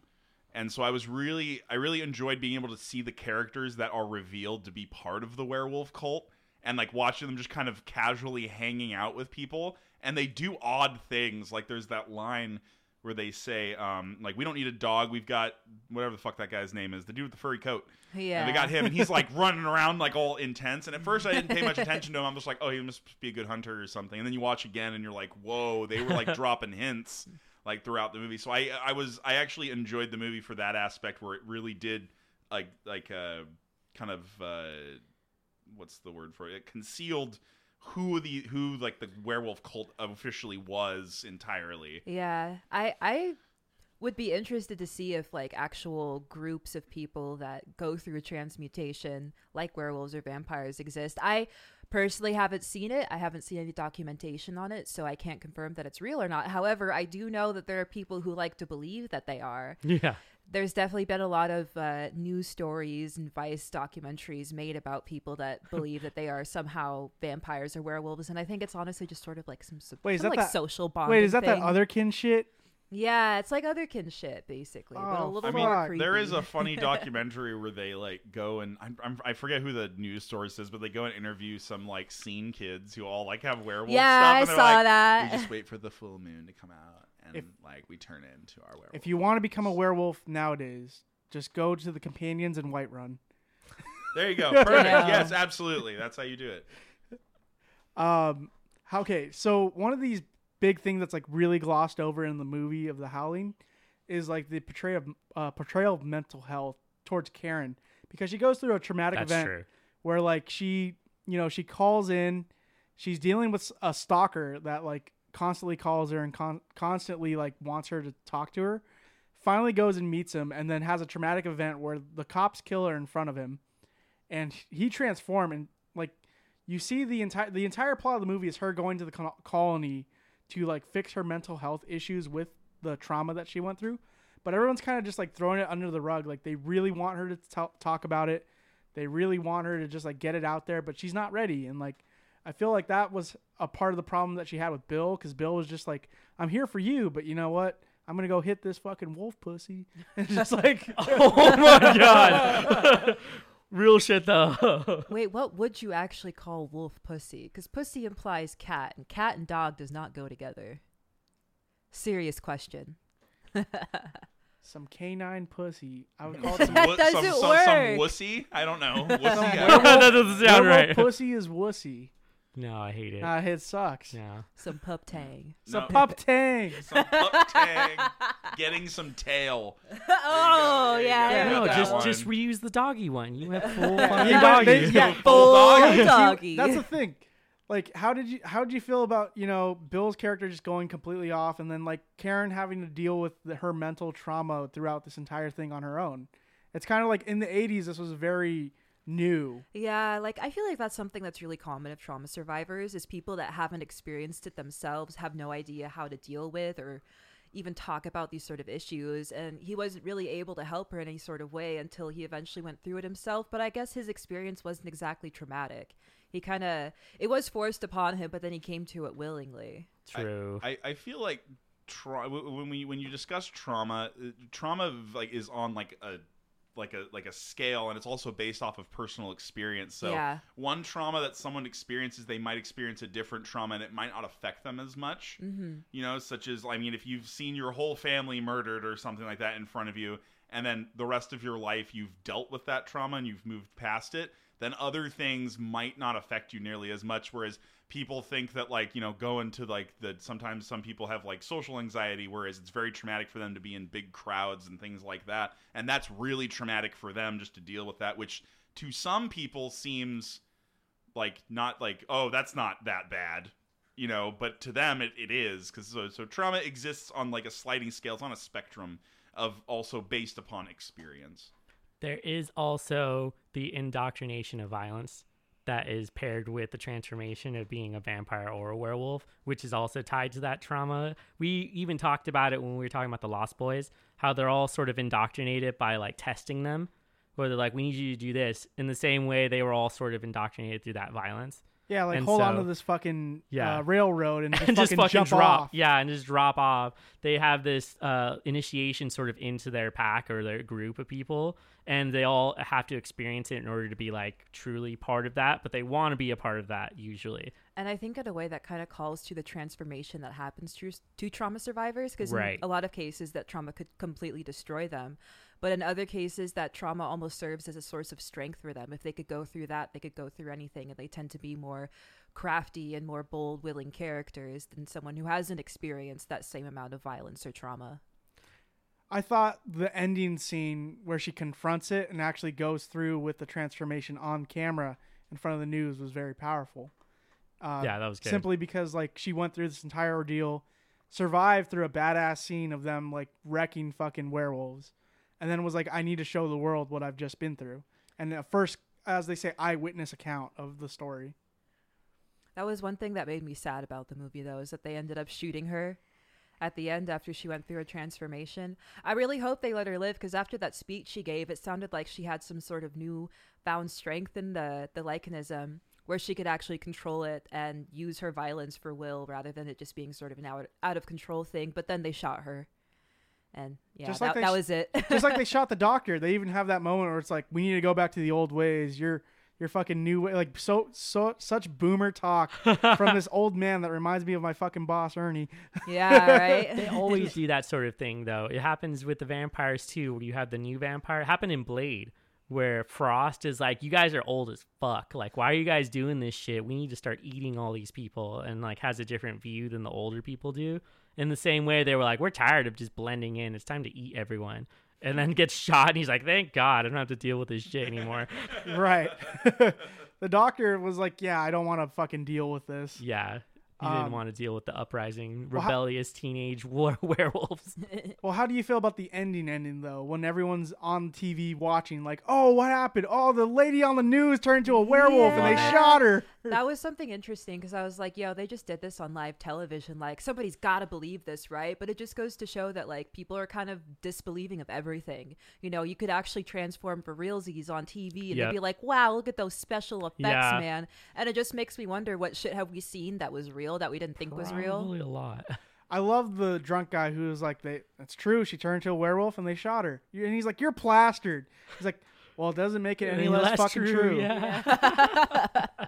S1: And so I was really I really enjoyed being able to see the characters that are revealed to be part of the werewolf cult and like watching them just kind of casually hanging out with people and they do odd things. Like there's that line where they say, um, like we don't need a dog, we've got whatever the fuck that guy's name is, the dude with the furry coat.
S3: yeah.
S1: And they got him, and he's like running around like all intense. And at first, I didn't pay much attention to him. I'm just like, oh, he must be a good hunter or something. And then you watch again, and you're like, whoa, they were like dropping hints like throughout the movie. So I, I was, I actually enjoyed the movie for that aspect where it really did like, like, uh, kind of, uh, what's the word for it? It concealed who the who like the werewolf cult officially was entirely.
S3: Yeah, I I would be interested to see if like actual groups of people that go through transmutation, like werewolves or vampires, exist. I personally haven't seen it. I haven't seen any documentation on it, so I can't confirm that it's real or not. However, I do know that there are people who like to believe that they are
S4: Yeah.
S3: there's definitely been a lot of uh, news stories and Vice documentaries made about people that believe that they are somehow vampires or werewolves, and I think it's honestly just sort of like some, so-
S2: Wait, is
S3: some,
S2: that
S3: like
S2: that-
S3: social bonding.
S2: Wait, is that that
S3: thing.
S2: other kin shit?
S3: Yeah, it's like other kin shit basically, but a
S2: Oh,
S3: little
S1: I mean,
S3: more
S2: fuck.
S3: creepy.
S1: there is a funny documentary where they like go and I'm, I'm, I forget who the news source is, but they go and interview some like scene kids who all like have werewolf
S3: Yeah,
S1: stuff.
S3: I
S1: and they're
S3: saw
S1: like,
S3: that.
S1: We just wait for the full moon to come out, and
S2: If-
S1: like we turn it into our werewolf.
S2: If you want to become a werewolf nowadays, just go to the companions in Whiterun.
S1: there you go, perfect.
S3: Yeah.
S1: Yes, absolutely. That's how you do it.
S2: Um, how- okay, so one of these big things that's like really glossed over in the movie of The Howling is like the portrayal of uh, portrayal of mental health towards Karen because she goes through a traumatic
S4: That's
S2: event
S4: true.
S2: where like she you know she calls in she's dealing with a stalker that like constantly calls her and con- constantly like wants her to talk to her finally goes and meets him and then has a traumatic event where the cops kill her in front of him and he transform and like you see the entire the entire plot of the movie is her going to the col- colony to like fix her mental health issues with the trauma that she went through but everyone's kind of just like throwing it under the rug like they really want her to t- talk about it they really want her to just like get it out there but she's not ready and like i feel like that was a part of the problem that she had with bill because bill was just like i'm here for you but you know what i'm gonna go hit this fucking wolf pussy and just like
S4: oh my god. Real shit though.
S3: Wait, what would you actually call wolf pussy? Because pussy implies cat, and cat and dog does not go together. Serious question.
S2: some canine pussy i would call it some
S3: That
S1: Wo- some,
S3: doesn't
S1: some, some
S3: work.
S1: wussy? I don't know. Wussy guy.
S2: werewolf-
S4: that doesn't sound
S2: werewolf
S4: right.
S2: pussy is wussy
S4: No, I hate it.
S2: uh, it sucks
S4: no.
S3: Some pup tang.
S2: some
S1: No.
S2: pup tang
S1: some pup tag. Getting some tail.
S3: Oh,
S1: there you
S3: yeah,
S1: go. I
S3: there
S4: No,
S1: got
S4: just
S1: one.
S4: just reuse the doggy one. You have full fucking
S2: You got-
S4: doggy.
S2: they- yeah,
S1: Full dog.
S2: Yeah,
S3: doggy.
S2: That's the thing. Like, how did you how did you feel about you know Bill's character just going completely off, and then like Karen having to deal with the, her mental trauma throughout this entire thing on her own? It's kind of like in the '80s, this was very new.
S3: Yeah, like I feel like that's something that's really common of trauma survivors is people that haven't experienced it themselves have no idea how to deal with or even talk about these sort of issues and he wasn't really able to help her in any sort of way until he eventually went through it himself, but I guess his experience wasn't exactly traumatic. He kind of it was forced upon him, but then he came to it willingly.
S4: True.
S1: I, I feel like tra- w- when we when you discuss trauma, uh, trauma like is on like a like a like a scale, and it's also based off of personal experience. So
S3: Yeah.
S1: one trauma that someone experiences, they might experience a different trauma, and it might not affect them as much.
S3: Mhm.
S1: You know, such as I mean, if you've seen your whole family murdered or something like that in front of you, and then the rest of your life you've dealt with that trauma and you've moved past it, then other things might not affect you nearly as much. Whereas people think that like you know going to like the sometimes some people have like social anxiety, whereas it's very traumatic for them to be in big crowds and things like that, and that's really traumatic for them just to deal with that, which to some people seems like not like oh that's not that bad you know but to them it, it is because so, so trauma exists on like a sliding scale it's on a spectrum of also based upon experience
S4: There is also the indoctrination of violence that is paired with the transformation of being a vampire or a werewolf, which is also tied to that trauma. We even talked about it when we were talking about the Lost Boys, how they're all sort of indoctrinated by like testing them, where they're like, we need you to do this. In the same way, they were all sort of indoctrinated through that violence.
S2: Yeah, like
S4: And
S2: hold on
S4: so-
S2: to this fucking
S4: Yeah.
S2: uh, railroad and just,
S4: and just
S2: fucking,
S4: fucking
S2: jump
S4: drop.
S2: off.
S4: Yeah, and just drop off. They have this uh, initiation sort of into their pack or their group of people, and they all have to experience it in order to be like truly part of that. But they want to be a part of that usually.
S3: And I think in a way that kind of calls to the transformation that happens to, to trauma survivors because
S4: Right.
S3: in a lot of cases that trauma could completely destroy them. But in other cases that trauma almost serves as a source of strength for them. If they could go through that, they could go through anything and they tend to be more crafty and more bold, willing characters than someone who hasn't experienced that same amount of violence or trauma.
S2: I thought the ending scene where she confronts it and actually goes through with the transformation on camera in front of the news was very powerful. Uh,
S4: Yeah, that was good.
S2: Simply because like she went through this entire ordeal, survived through a badass scene of them like wrecking fucking werewolves, and then was like, I need to show the world what I've just been through, and a first, as they say, eyewitness account of the story.
S3: That was one thing that made me sad about the movie, though, is that they ended up shooting her at the end after she went through her transformation. I really hope they let her live because after that speech she gave, it sounded like she had some sort of new found strength in the, the lycanism where she could actually control it and use her violence for will rather than it just being sort of an out, out of control thing. But then they shot her. And yeah,
S2: Just like they
S3: that, that
S2: sh-
S3: was it.
S2: just like they shot the doctor they even have that moment where it's like we need to go back to the old ways your your fucking new way like so so such boomer talk from this old man that reminds me of my fucking boss ernie
S3: yeah, right?
S4: They always do that sort of thing though. It happens with the vampires too, where you have the new vampire. It happened in Blade. Where Frost is like, you guys are old as fuck. Like, why are you guys doing this shit? We need to start eating all these people, and like has a different view than the older people do. In the same way, they were like, we're tired of just blending in. It's time to eat everyone. And then gets shot, and he's like, thank God, I don't have to deal with this shit anymore.
S2: right the doctor was like yeah i don't want to fucking deal with this
S4: yeah, He didn't
S2: Um,
S4: want to deal with the uprising,
S2: well, how-
S4: rebellious teenage war werewolves.
S2: Well, how do you feel about the ending ending though? When everyone's on TV watching, like, oh, what happened? Oh, the lady on the news turned into a werewolf and they
S3: Yeah.
S2: shot her.
S3: That was something interesting because I was like, yo, they just did this on live television. Like, somebody's got to believe this, right? But it just goes to show that, like, people are kind of disbelieving of everything. You know, you could actually transform for realsies on TV and
S4: Yeah.
S3: they'd be like, wow, look at those special effects,
S4: Yeah.
S3: man. And it just makes me wonder what shit have we seen that was real that we didn't think was real?
S4: Probably a lot.
S2: I love the drunk guy who was like, they, that's true. She turned into a werewolf and they shot her. And he's like, you're plastered. He's like, well, it doesn't make it any less, fucking true.
S4: Yeah.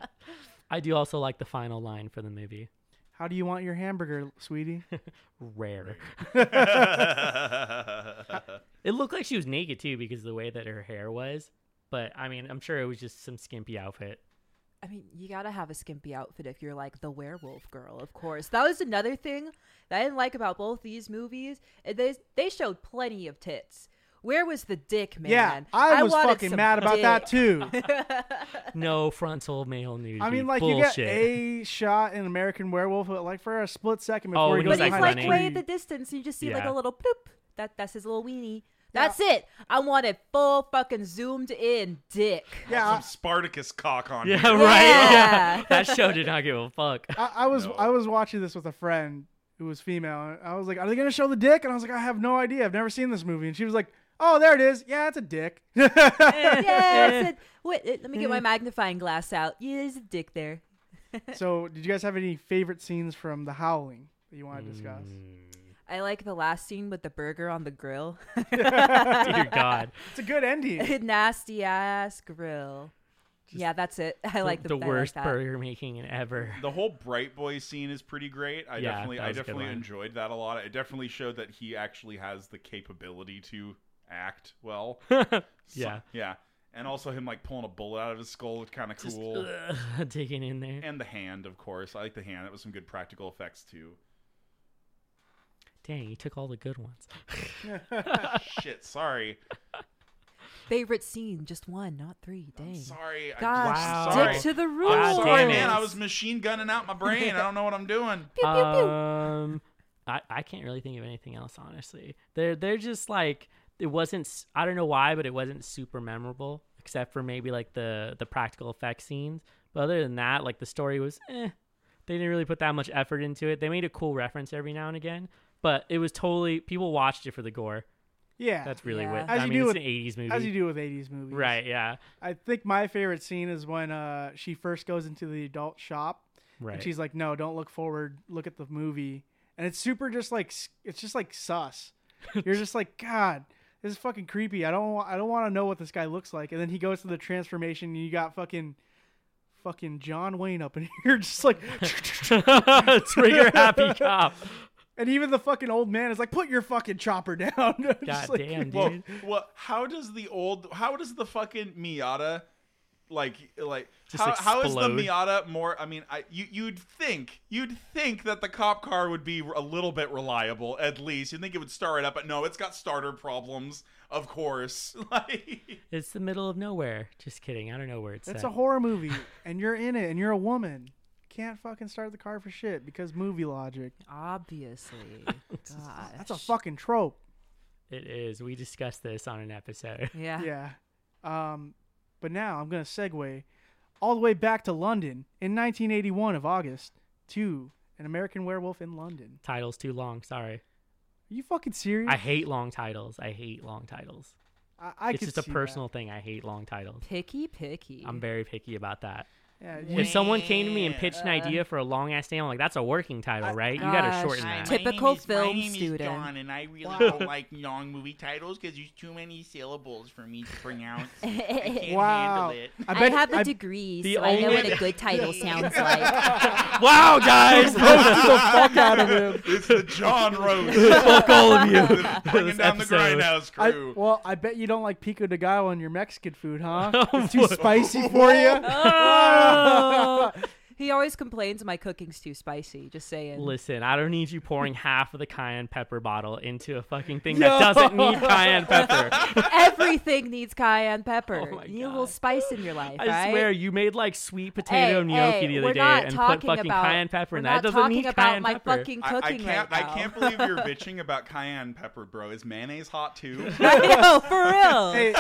S4: I do also like the final line for the movie.
S2: How do you want your hamburger, sweetie?
S4: Rare. It looked like she was naked too because of the way that her hair was. But I mean, I'm sure it was just some skimpy outfit.
S3: I mean, you gotta have a skimpy outfit if you're like the werewolf girl, of course. That was another thing that I didn't like about both these movies. Uh, They they showed plenty of tits. Where was the dick, man?
S2: yeah, I was
S3: wanted
S2: fucking
S3: some
S2: mad about
S3: dick.
S2: that too.
S4: No frontal male nudity.
S2: I mean, like
S4: Bullshit.
S2: you get a shot in American Werewolf, but like for a split second
S4: Oh,
S2: before he
S4: when
S2: goes
S3: But
S4: was,
S3: he's
S4: like,
S2: behind
S3: like
S2: the
S4: running.
S3: way
S2: tree.
S3: at the distance, you just see like
S4: Yeah.
S3: a little poop. That that's his little weenie. That's it. I wanted full fucking zoomed in dick.
S2: Yeah,
S1: Some Spartacus cock on
S4: Yeah,
S1: here.
S4: right. Yeah.
S3: Yeah.
S4: that show did not give a fuck.
S2: I, I was
S1: No.
S2: I was watching this with a friend who was female. And I was like, "Are they gonna show the dick?" And I was like, "I have no idea. I've never seen this movie." And she was like, "Oh, there it is. Yeah, it's a dick."
S3: yes. it- wait, uh, let me get my magnifying glass out. Yeah, there's a dick there.
S2: so, did you guys have any favorite scenes from The Howling that you want to discuss?
S4: Mm.
S3: I like the last scene with the burger on the grill.
S4: Dear God.
S2: It's a good ending.
S3: nasty ass grill. yeah, that's it. I like the,
S4: the
S3: I like
S4: worst
S3: that.
S4: burger making ever.
S1: The whole bright boy scene is pretty great. I
S4: Yeah,
S1: definitely,
S4: that
S1: I
S4: was a good
S1: definitely
S4: line.
S1: enjoyed that a lot. It definitely showed that he actually has the capability to act well. So-
S4: yeah.
S1: yeah, and also him like pulling a bullet out of his skull, kind of
S4: Just
S1: cool.
S4: ugh, digging in there.
S1: and the hand, of course. I like the hand. That was some good practical effects too.
S4: Dang, you took all the good ones.
S1: Shit, sorry,
S3: Favorite scene, just one, not three. Dang.
S1: sorry. I-
S3: Gosh,
S1: I'm
S4: Wow.
S1: sorry.
S3: stick to the rules.
S1: I'm
S4: God
S1: sorry,
S4: damn it.
S1: man. I was machine gunning out my brain. I don't know what I'm doing.
S3: Pew, pew, pew.
S4: Um, I, I can't really think of anything else, honestly. They're they're just like it wasn't. s- I don't know why, but it wasn't super memorable, except for maybe like the the practical effects scenes. But other than that, like the story was, eh. They didn't really put that much effort into it. They made a cool reference every now and again, but it was totally people watched it for the gore.
S2: Yeah,
S4: That's really
S3: Yeah.
S4: what
S2: As
S4: I
S2: you
S4: mean.
S2: do
S4: It's
S2: with-
S4: an '80s movie,
S2: as you do with '80s movies,
S4: right? Yeah,
S2: I think my favorite scene is when uh, she first goes into the adult shop
S4: right.
S2: And she's like, no, don't look forward. Look at the movie. And it's super just like, s- it's just like sus. You're just like, God, this is fucking creepy. I don't, wa- I don't want to know what this guy looks like. And then he goes to the transformation and you got fucking, fucking John Wayne up in here. Just like,
S4: Trigger happy cop.
S2: and even the fucking old man is like, put your fucking chopper down. God
S4: God damn,
S1: Well,
S4: dude.
S1: well, how does the old, how does the fucking Miata, like, like,
S4: Just
S1: how, how is the
S4: explode.
S1: Miata more? I mean, I you you'd think you'd think that the cop car would be a little bit reliable at least. You'd think it would start it up, but no, it's got starter problems, of course. Like,
S4: It's the middle of nowhere. Just kidding. I don't know where it's
S2: That's
S4: at.
S2: a horror movie and you're in it and you're a woman. Can't fucking start the car for shit because movie logic.
S3: Obviously. Gosh.
S2: That's a fucking trope.
S4: It is. We discussed this on an episode.
S3: Yeah.
S2: yeah. Um, but now I'm going to segue all the way back to London in 1981 of August to An American Werewolf in London.
S4: Title's too long. Sorry.
S2: Are you fucking serious?
S4: I hate long titles. I hate long titles.
S2: I, I
S4: it's
S2: could
S4: just a
S2: see that.
S4: personal thing. I hate long titles.
S3: Picky, picky.
S4: I'm very picky about that.
S2: Yeah, you-
S4: If someone came to me and pitched an idea for a long ass name, I'm like, that's a working title, right? You gotta
S3: Gosh.
S4: shorten
S3: I-
S4: that.
S3: Tip- Typical film student.
S5: and I really don't like long movie titles because there's too many syllables for me to pronounce. I can't
S2: wow.
S5: handle it.
S2: I
S3: I,
S2: bet
S3: have a
S2: I-
S3: degree,
S4: The
S3: so I know
S4: only-
S3: what a good title sounds like.
S4: Wow, guys!
S2: fuck out of him.
S1: it's the John Rose
S4: Fuck all of you.
S1: bringing
S4: This
S1: down the
S4: episode.
S1: grindhouse
S2: I,
S1: crew.
S2: well, I bet you don't like pico de gallo in your Mexican food, huh? It's too spicy for you.
S4: Oh!
S3: He always complains my cooking's too spicy. Just saying.
S4: Listen, I don't need you pouring half of the cayenne pepper bottle into a fucking thing
S2: Yo.
S4: that doesn't need cayenne pepper.
S3: Everything needs cayenne pepper.
S4: Oh my
S3: you need a little
S4: God.
S3: spice in your life,
S4: I
S3: right?
S4: swear you made like sweet potato
S3: Hey,
S4: gnocchi
S3: hey,
S4: the other
S3: we're
S4: day
S3: not
S4: and put
S3: talking
S4: fucking
S3: about,
S4: cayenne pepper in
S3: we're
S4: that.
S3: not
S4: It doesn't
S3: talking
S4: need
S3: about
S4: cayenne
S3: my
S4: pepper.
S3: fucking
S1: I,
S3: cooking
S1: I can't.
S3: right now.
S1: I can't believe you're bitching about cayenne pepper, bro. Is mayonnaise hot too?
S3: I know, for real.
S2: Hey,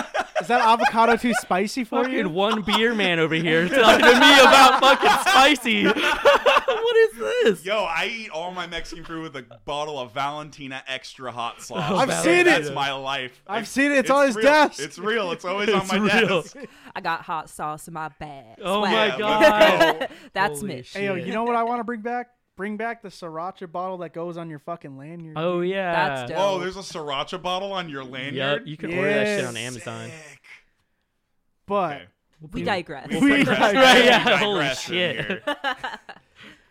S2: is that avocado too spicy for
S4: Fucking
S2: you?
S4: one beer man over here talking to me about fucking spicy. what is this?
S1: Yo, I eat all my Mexican food with a bottle of Valentina extra hot sauce.
S4: I've
S1: That's
S2: seen it.
S1: That's my life.
S2: I've seen it. It's on his
S1: real.
S2: desk.
S1: It's real. It's always
S4: It's
S1: on my
S4: real.
S1: desk.
S3: I got hot sauce in my bag.
S4: Oh my
S3: Swag.
S1: let's
S4: God.
S1: go.
S3: That's
S4: Holy
S3: me.
S4: shit.
S2: Hey, yo, you know what I want to bring back? Bring back the sriracha bottle that goes on your fucking lanyard.
S4: Oh yeah.
S3: That's dope.
S1: Whoa, there's a sriracha bottle on your lanyard.
S4: Yep, you can order that shit on
S2: Yes.
S4: Amazon.
S1: Sick.
S2: But
S1: Okay.
S3: We digress.
S1: We'll
S2: We
S1: digress.
S2: digress.
S1: We
S4: Yeah, holy
S1: digress in
S4: shit.
S1: here. I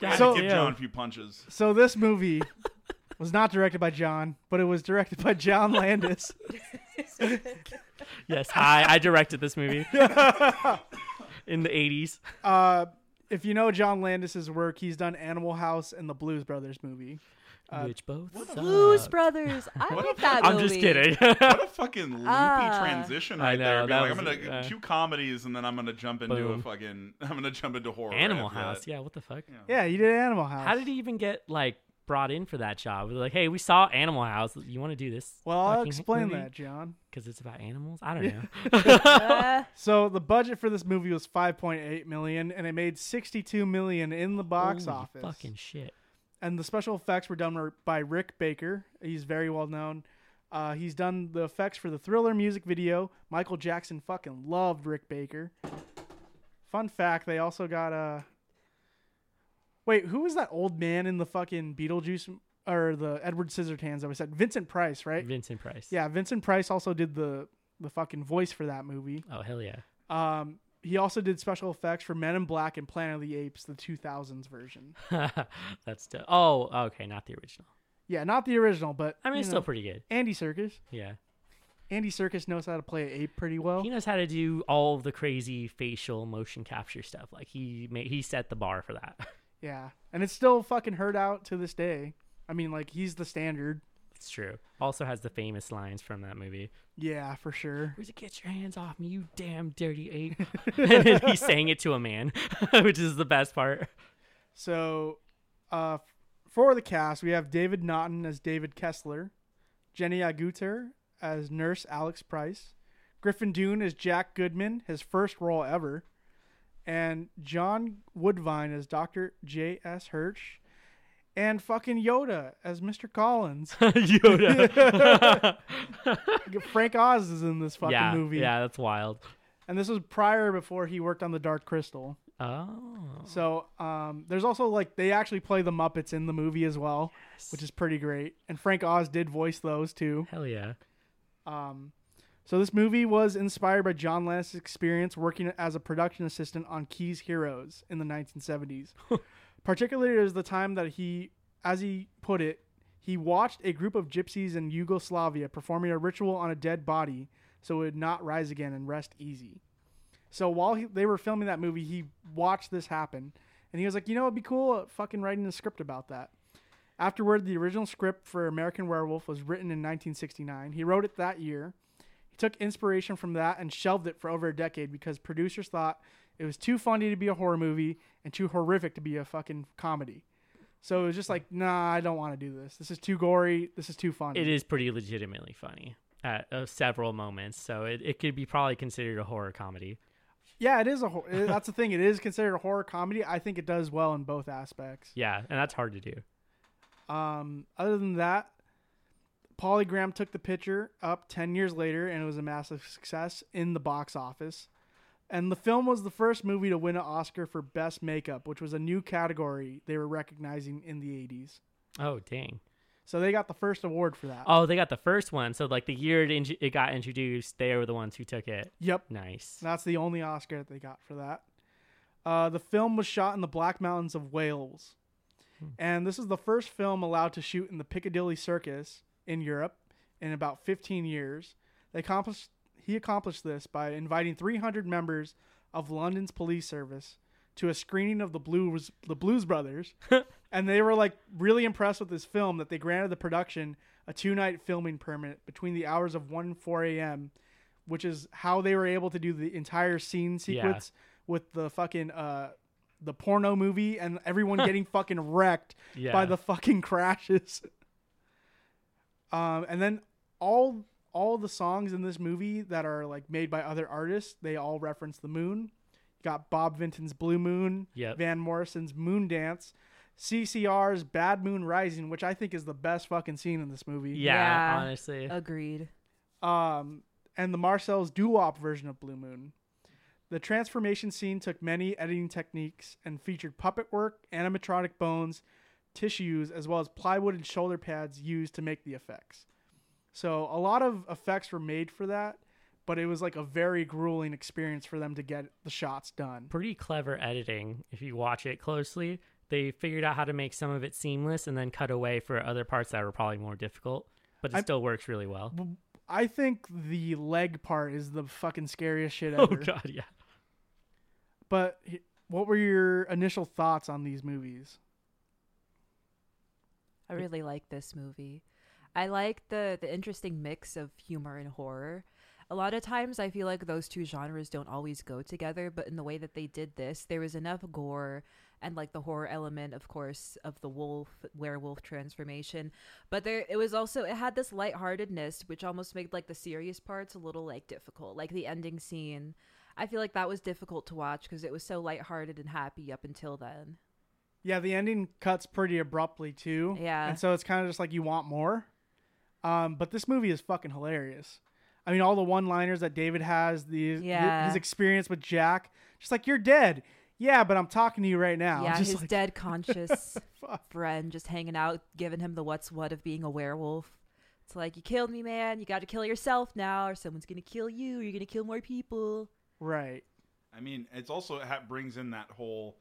S1: had
S2: So-
S1: to give
S4: Yeah.
S1: John a few punches.
S2: so this movie was not directed by John, but it was directed by John Landis.
S4: Yes, hi. I directed this movie in the '80s.
S2: Uh, if you know John Landis's work, he's done Animal House and the Blues Brothers movie.
S3: Uh,
S4: which both suck.
S3: Blues Brothers. I
S1: What
S3: like
S1: the
S3: that
S4: I'm
S3: movie.
S4: just kidding.
S1: What a fucking loopy
S4: uh,
S3: Ah.
S1: transition
S4: I
S1: right there.
S4: know,
S1: Being
S4: that
S1: like, I'm
S4: was-
S1: gonna
S4: uh,
S1: two comedies and then I'm gonna jump into a
S4: Boom.
S1: fucking I'm gonna jump into horror.
S4: Animal
S1: after
S4: House.
S1: that.
S4: Yeah, what the fuck?
S2: Yeah, he did Animal House.
S4: How did he even get like brought in for that job? They're Like, hey, we saw Animal House. You want to do this?
S2: Well, I'll explain that, John.
S4: because it's about animals. I don't know.
S3: Uh,
S2: So the budget for this movie was 5.8 million, and it made 62 million in the box
S4: Holy
S2: office.
S4: Fucking shit.
S2: and the special effects were done r- by Rick Baker. He's very well known. Uh, he's done the effects for the Thriller music video. Michael Jackson fucking loved Rick Baker. Fun fact: they also got a. Wait, who was that old man in the fucking Beetlejuice m- or the Edward Scissorhands? I was said Vincent Price, right?
S4: Vincent Price.
S2: yeah, Vincent Price also did the the fucking voice for that movie.
S4: Oh hell yeah.
S2: Um, he also did special effects for Men in Black and Planet of the Apes, the 2000s version.
S4: That's dope. Oh, okay, not the original.
S2: Yeah, not the original, but
S4: I mean,
S2: you
S4: it's
S2: know.
S4: still pretty good.
S2: Andy Circus.
S4: Yeah.
S2: Andy Circus knows how to play an ape pretty well.
S4: He knows how to do all of the crazy facial motion capture stuff. Like he made, he set the bar for that.
S2: Yeah, and it's still fucking heard out to this day. I mean, like he's the standard.
S4: it's true. Also has the famous lines from that movie.
S2: Yeah, for sure.
S4: Where's it get your hands off me, you damn dirty ape? and then he sang it to a man, which is the best part.
S2: So, uh, f- for the cast, we have David Naughton as David Kessler, Jenny Agutter as Nurse Alex Price, Griffin Dune as Jack Goodman, his first role ever, and John Woodvine as Doctor J. S. Hirsch, and fucking Yoda as Mr. Collins.
S4: Yoda.
S2: Frank Oz is in this fucking
S4: yeah,
S2: movie.
S4: yeah, that's wild.
S2: And this was prior before he worked on the Dark Crystal.
S4: Oh,
S2: So um, there's also like they actually play the Muppets in the movie as well, which is pretty great. And Frank Oz did voice those too.
S4: hell yeah.
S2: Um, so this movie was inspired by John Landis' experience working as a production assistant on Key's Heroes in the 1970s. Particularly as the time that he, as he put it, he watched a group of gypsies in Yugoslavia performing a ritual on a dead body so it would not rise again and rest easy. So while he, they were filming that movie, he watched this happen, and he was like, you know, it'd be cool uh, fucking writing a script about that. Afterward, the original script for American Werewolf was written in 1969. He wrote it that year. He took inspiration from that and shelved it for over a decade because producers thought it was too funny to be a horror movie and too horrific to be a fucking comedy. So it was just like, nah, I don't want to do this. This is too gory. This is too funny.
S4: It is pretty legitimately funny at uh, several moments, so it, it could be probably considered a horror comedy.
S2: Yeah, it is a. Hor- it- that's the thing. It is considered a horror comedy. I think it does well in both aspects.
S4: Yeah, and that's hard to do.
S2: Um, other than that, Polygram took the picture up 10 years later and it was a massive success in the box office. And the film was the first movie to win an Oscar for Best Makeup, which was a new category they were recognizing in the 80s.
S4: Oh dang.
S2: So they got the first award for that.
S4: Oh, they got the first one. So like the year it, in- it got introduced, they were the ones who took it.
S2: yep.
S4: Nice.
S2: That's the only Oscar that they got for that. Uh, the film was shot in the Black Mountains of Wales. And this is the first film allowed to shoot in the Piccadilly Circus in Europe in about 15 years. They accomplished, he accomplished this by inviting 300 members of London's police service to a screening of the Blues the Blues Brothers, and they were like really impressed with this film that they granted the production a two night filming permit between the hours of one and four a.m., which is how they were able to do the entire scene sequence with the fucking uh the porno movie and everyone getting fucking wrecked
S4: Yeah.
S2: by the fucking crashes. Um, and then all all the songs in this movie that are like made by other artists, they all reference the moon. You got Bob Vinton's Blue Moon,
S4: Yep.
S2: Van Morrison's Moon Dance, CCR's Bad Moon Rising, which I think is the best fucking scene in this movie.
S4: yeah,
S3: Yeah.
S4: honestly.
S3: Agreed.
S2: Um, and the Marcel's doo-wop version of Blue Moon. The transformation scene took many editing techniques and featured puppet work, animatronic bones, tissues, as well as plywood and shoulder pads used to make the effects. So a lot of effects were made for that, but it was like a very grueling experience for them to get the shots done.
S4: pretty clever editing if you watch it closely. They figured out how to make some of it seamless and then cut away for other parts that were probably more difficult, but it
S2: I'm-
S4: still works really well.
S2: I think the leg part is the fucking scariest shit
S4: Oh
S2: ever.
S4: god, yeah.
S2: But he- what were your initial thoughts on these movies?
S3: I really like this movie. I like the the interesting mix of humor and horror. A lot of times I feel like those two genres don't always go together, but in the way that they did this, there was enough gore and like the horror element, of course, of the wolf werewolf transformation. But there it was also it had this lightheartedness which almost made like the serious parts a little like difficult. Like the ending scene. I feel like that was difficult to watch because it was so lighthearted and happy up until then.
S2: Yeah, the ending cuts pretty abruptly too.
S3: Yeah.
S2: And so it's kind of just like you want more. Um, but this movie is fucking hilarious. I mean, all the one-liners that David has, the the-
S3: Yeah.
S2: his experience with Jack, just like you're dead. Yeah, but I'm talking to you right now.
S3: Yeah,
S2: just
S3: his
S2: like,
S3: dead conscious
S2: Fuck.
S3: friend just hanging out, giving him the what's what of being a werewolf. It's like you killed me, man. You got to kill yourself now, or someone's gonna kill you. Or you're gonna kill more people.
S2: Right.
S1: I mean, it's also it ha- brings in that whole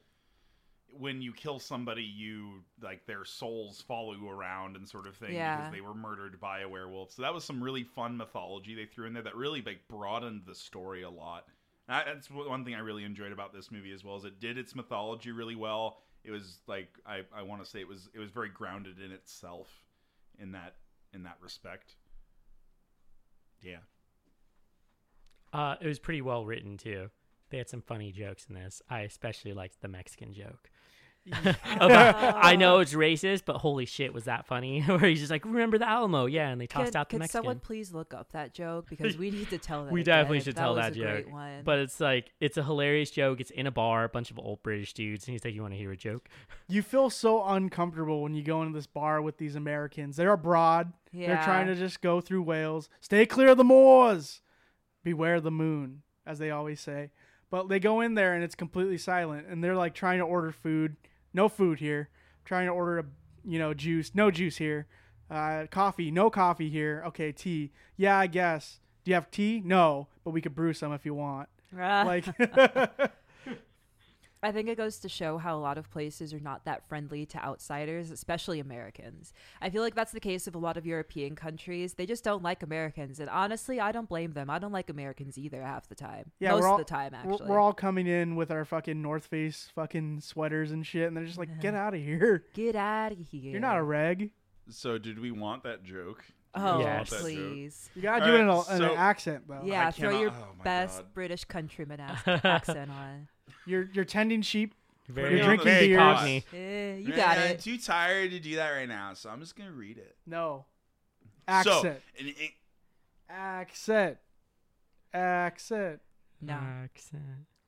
S1: when you kill somebody, you like their souls follow you around and sort of thing
S3: Yeah.
S1: because they were murdered by a werewolf. So that was some really fun mythology they threw in there that really like broadened the story a lot. And I, that's one one thing I really enjoyed about this movie as well is it did its mythology really well. It was like I, I want to say it was it was very grounded in itself in that in that respect. Yeah.
S4: Uh, it was pretty well written too. They had some funny jokes in this. I especially liked the Mexican joke. About- I know it's racist, but holy shit, was that funny? Where he's just like, "Remember the Alamo?" Yeah, and they tossed
S3: Could,
S4: out the
S3: could
S4: Mexican.
S3: someone please look up that joke because we need to tell that.
S4: we
S3: again.
S4: definitely should tell
S3: was
S4: that
S3: a
S4: joke.
S3: Great one.
S4: But it's like it's a hilarious joke. It's in a bar, a bunch of old British dudes, and he's like, "You want to hear a joke?"
S2: You feel so uncomfortable when you go into this bar with these Americans. They're abroad. They're
S3: Yeah.
S2: trying to just go through Wales. Stay clear of the moors. Beware the moon, as they always say. But they go in there and it's completely silent and they're like trying to order food. No food here. Trying to order a, you know, juice. No juice here. Uh, coffee. No coffee here. Okay, tea. Yeah, I guess. Do you have tea? No, but we could brew some if you want.
S3: Ah.
S2: Like
S3: I think it goes to show how a lot of places are not that friendly to outsiders, especially Americans. I feel like that's the case of a lot of European countries. They just don't like Americans, and honestly, I don't blame them. I don't like Americans either half the time.
S2: Yeah,
S3: most
S2: we're all,
S3: of the time,
S2: we're-
S3: actually.
S2: We're, all coming in with our fucking North Face fucking sweaters and shit, and they're just like, get out of here.
S3: Get out of here.
S2: You're not a reg.
S1: So did we want that joke? Did we
S3: Oh,
S1: want
S4: Yes.
S1: that joke?
S3: please.
S2: You gotta
S1: All
S2: do it in, a,
S1: right,
S2: in
S1: so-
S2: an accent, though.
S3: Yeah,
S1: I
S3: throw
S1: cannot-
S3: your
S1: oh my
S3: best
S1: God.
S3: British countryman ac- accent on.
S2: You're, you're tending sheep.
S4: Very,
S2: You're drinking
S4: very
S2: beers.
S4: Cockney.
S3: Eh, you
S1: Man,
S3: got
S1: I'm
S3: it.
S1: too tired to do that right now, so I'm just gonna read it.
S2: No. Accent.
S1: So, in, in-
S2: Accent. Accent.
S3: No.
S4: Accent.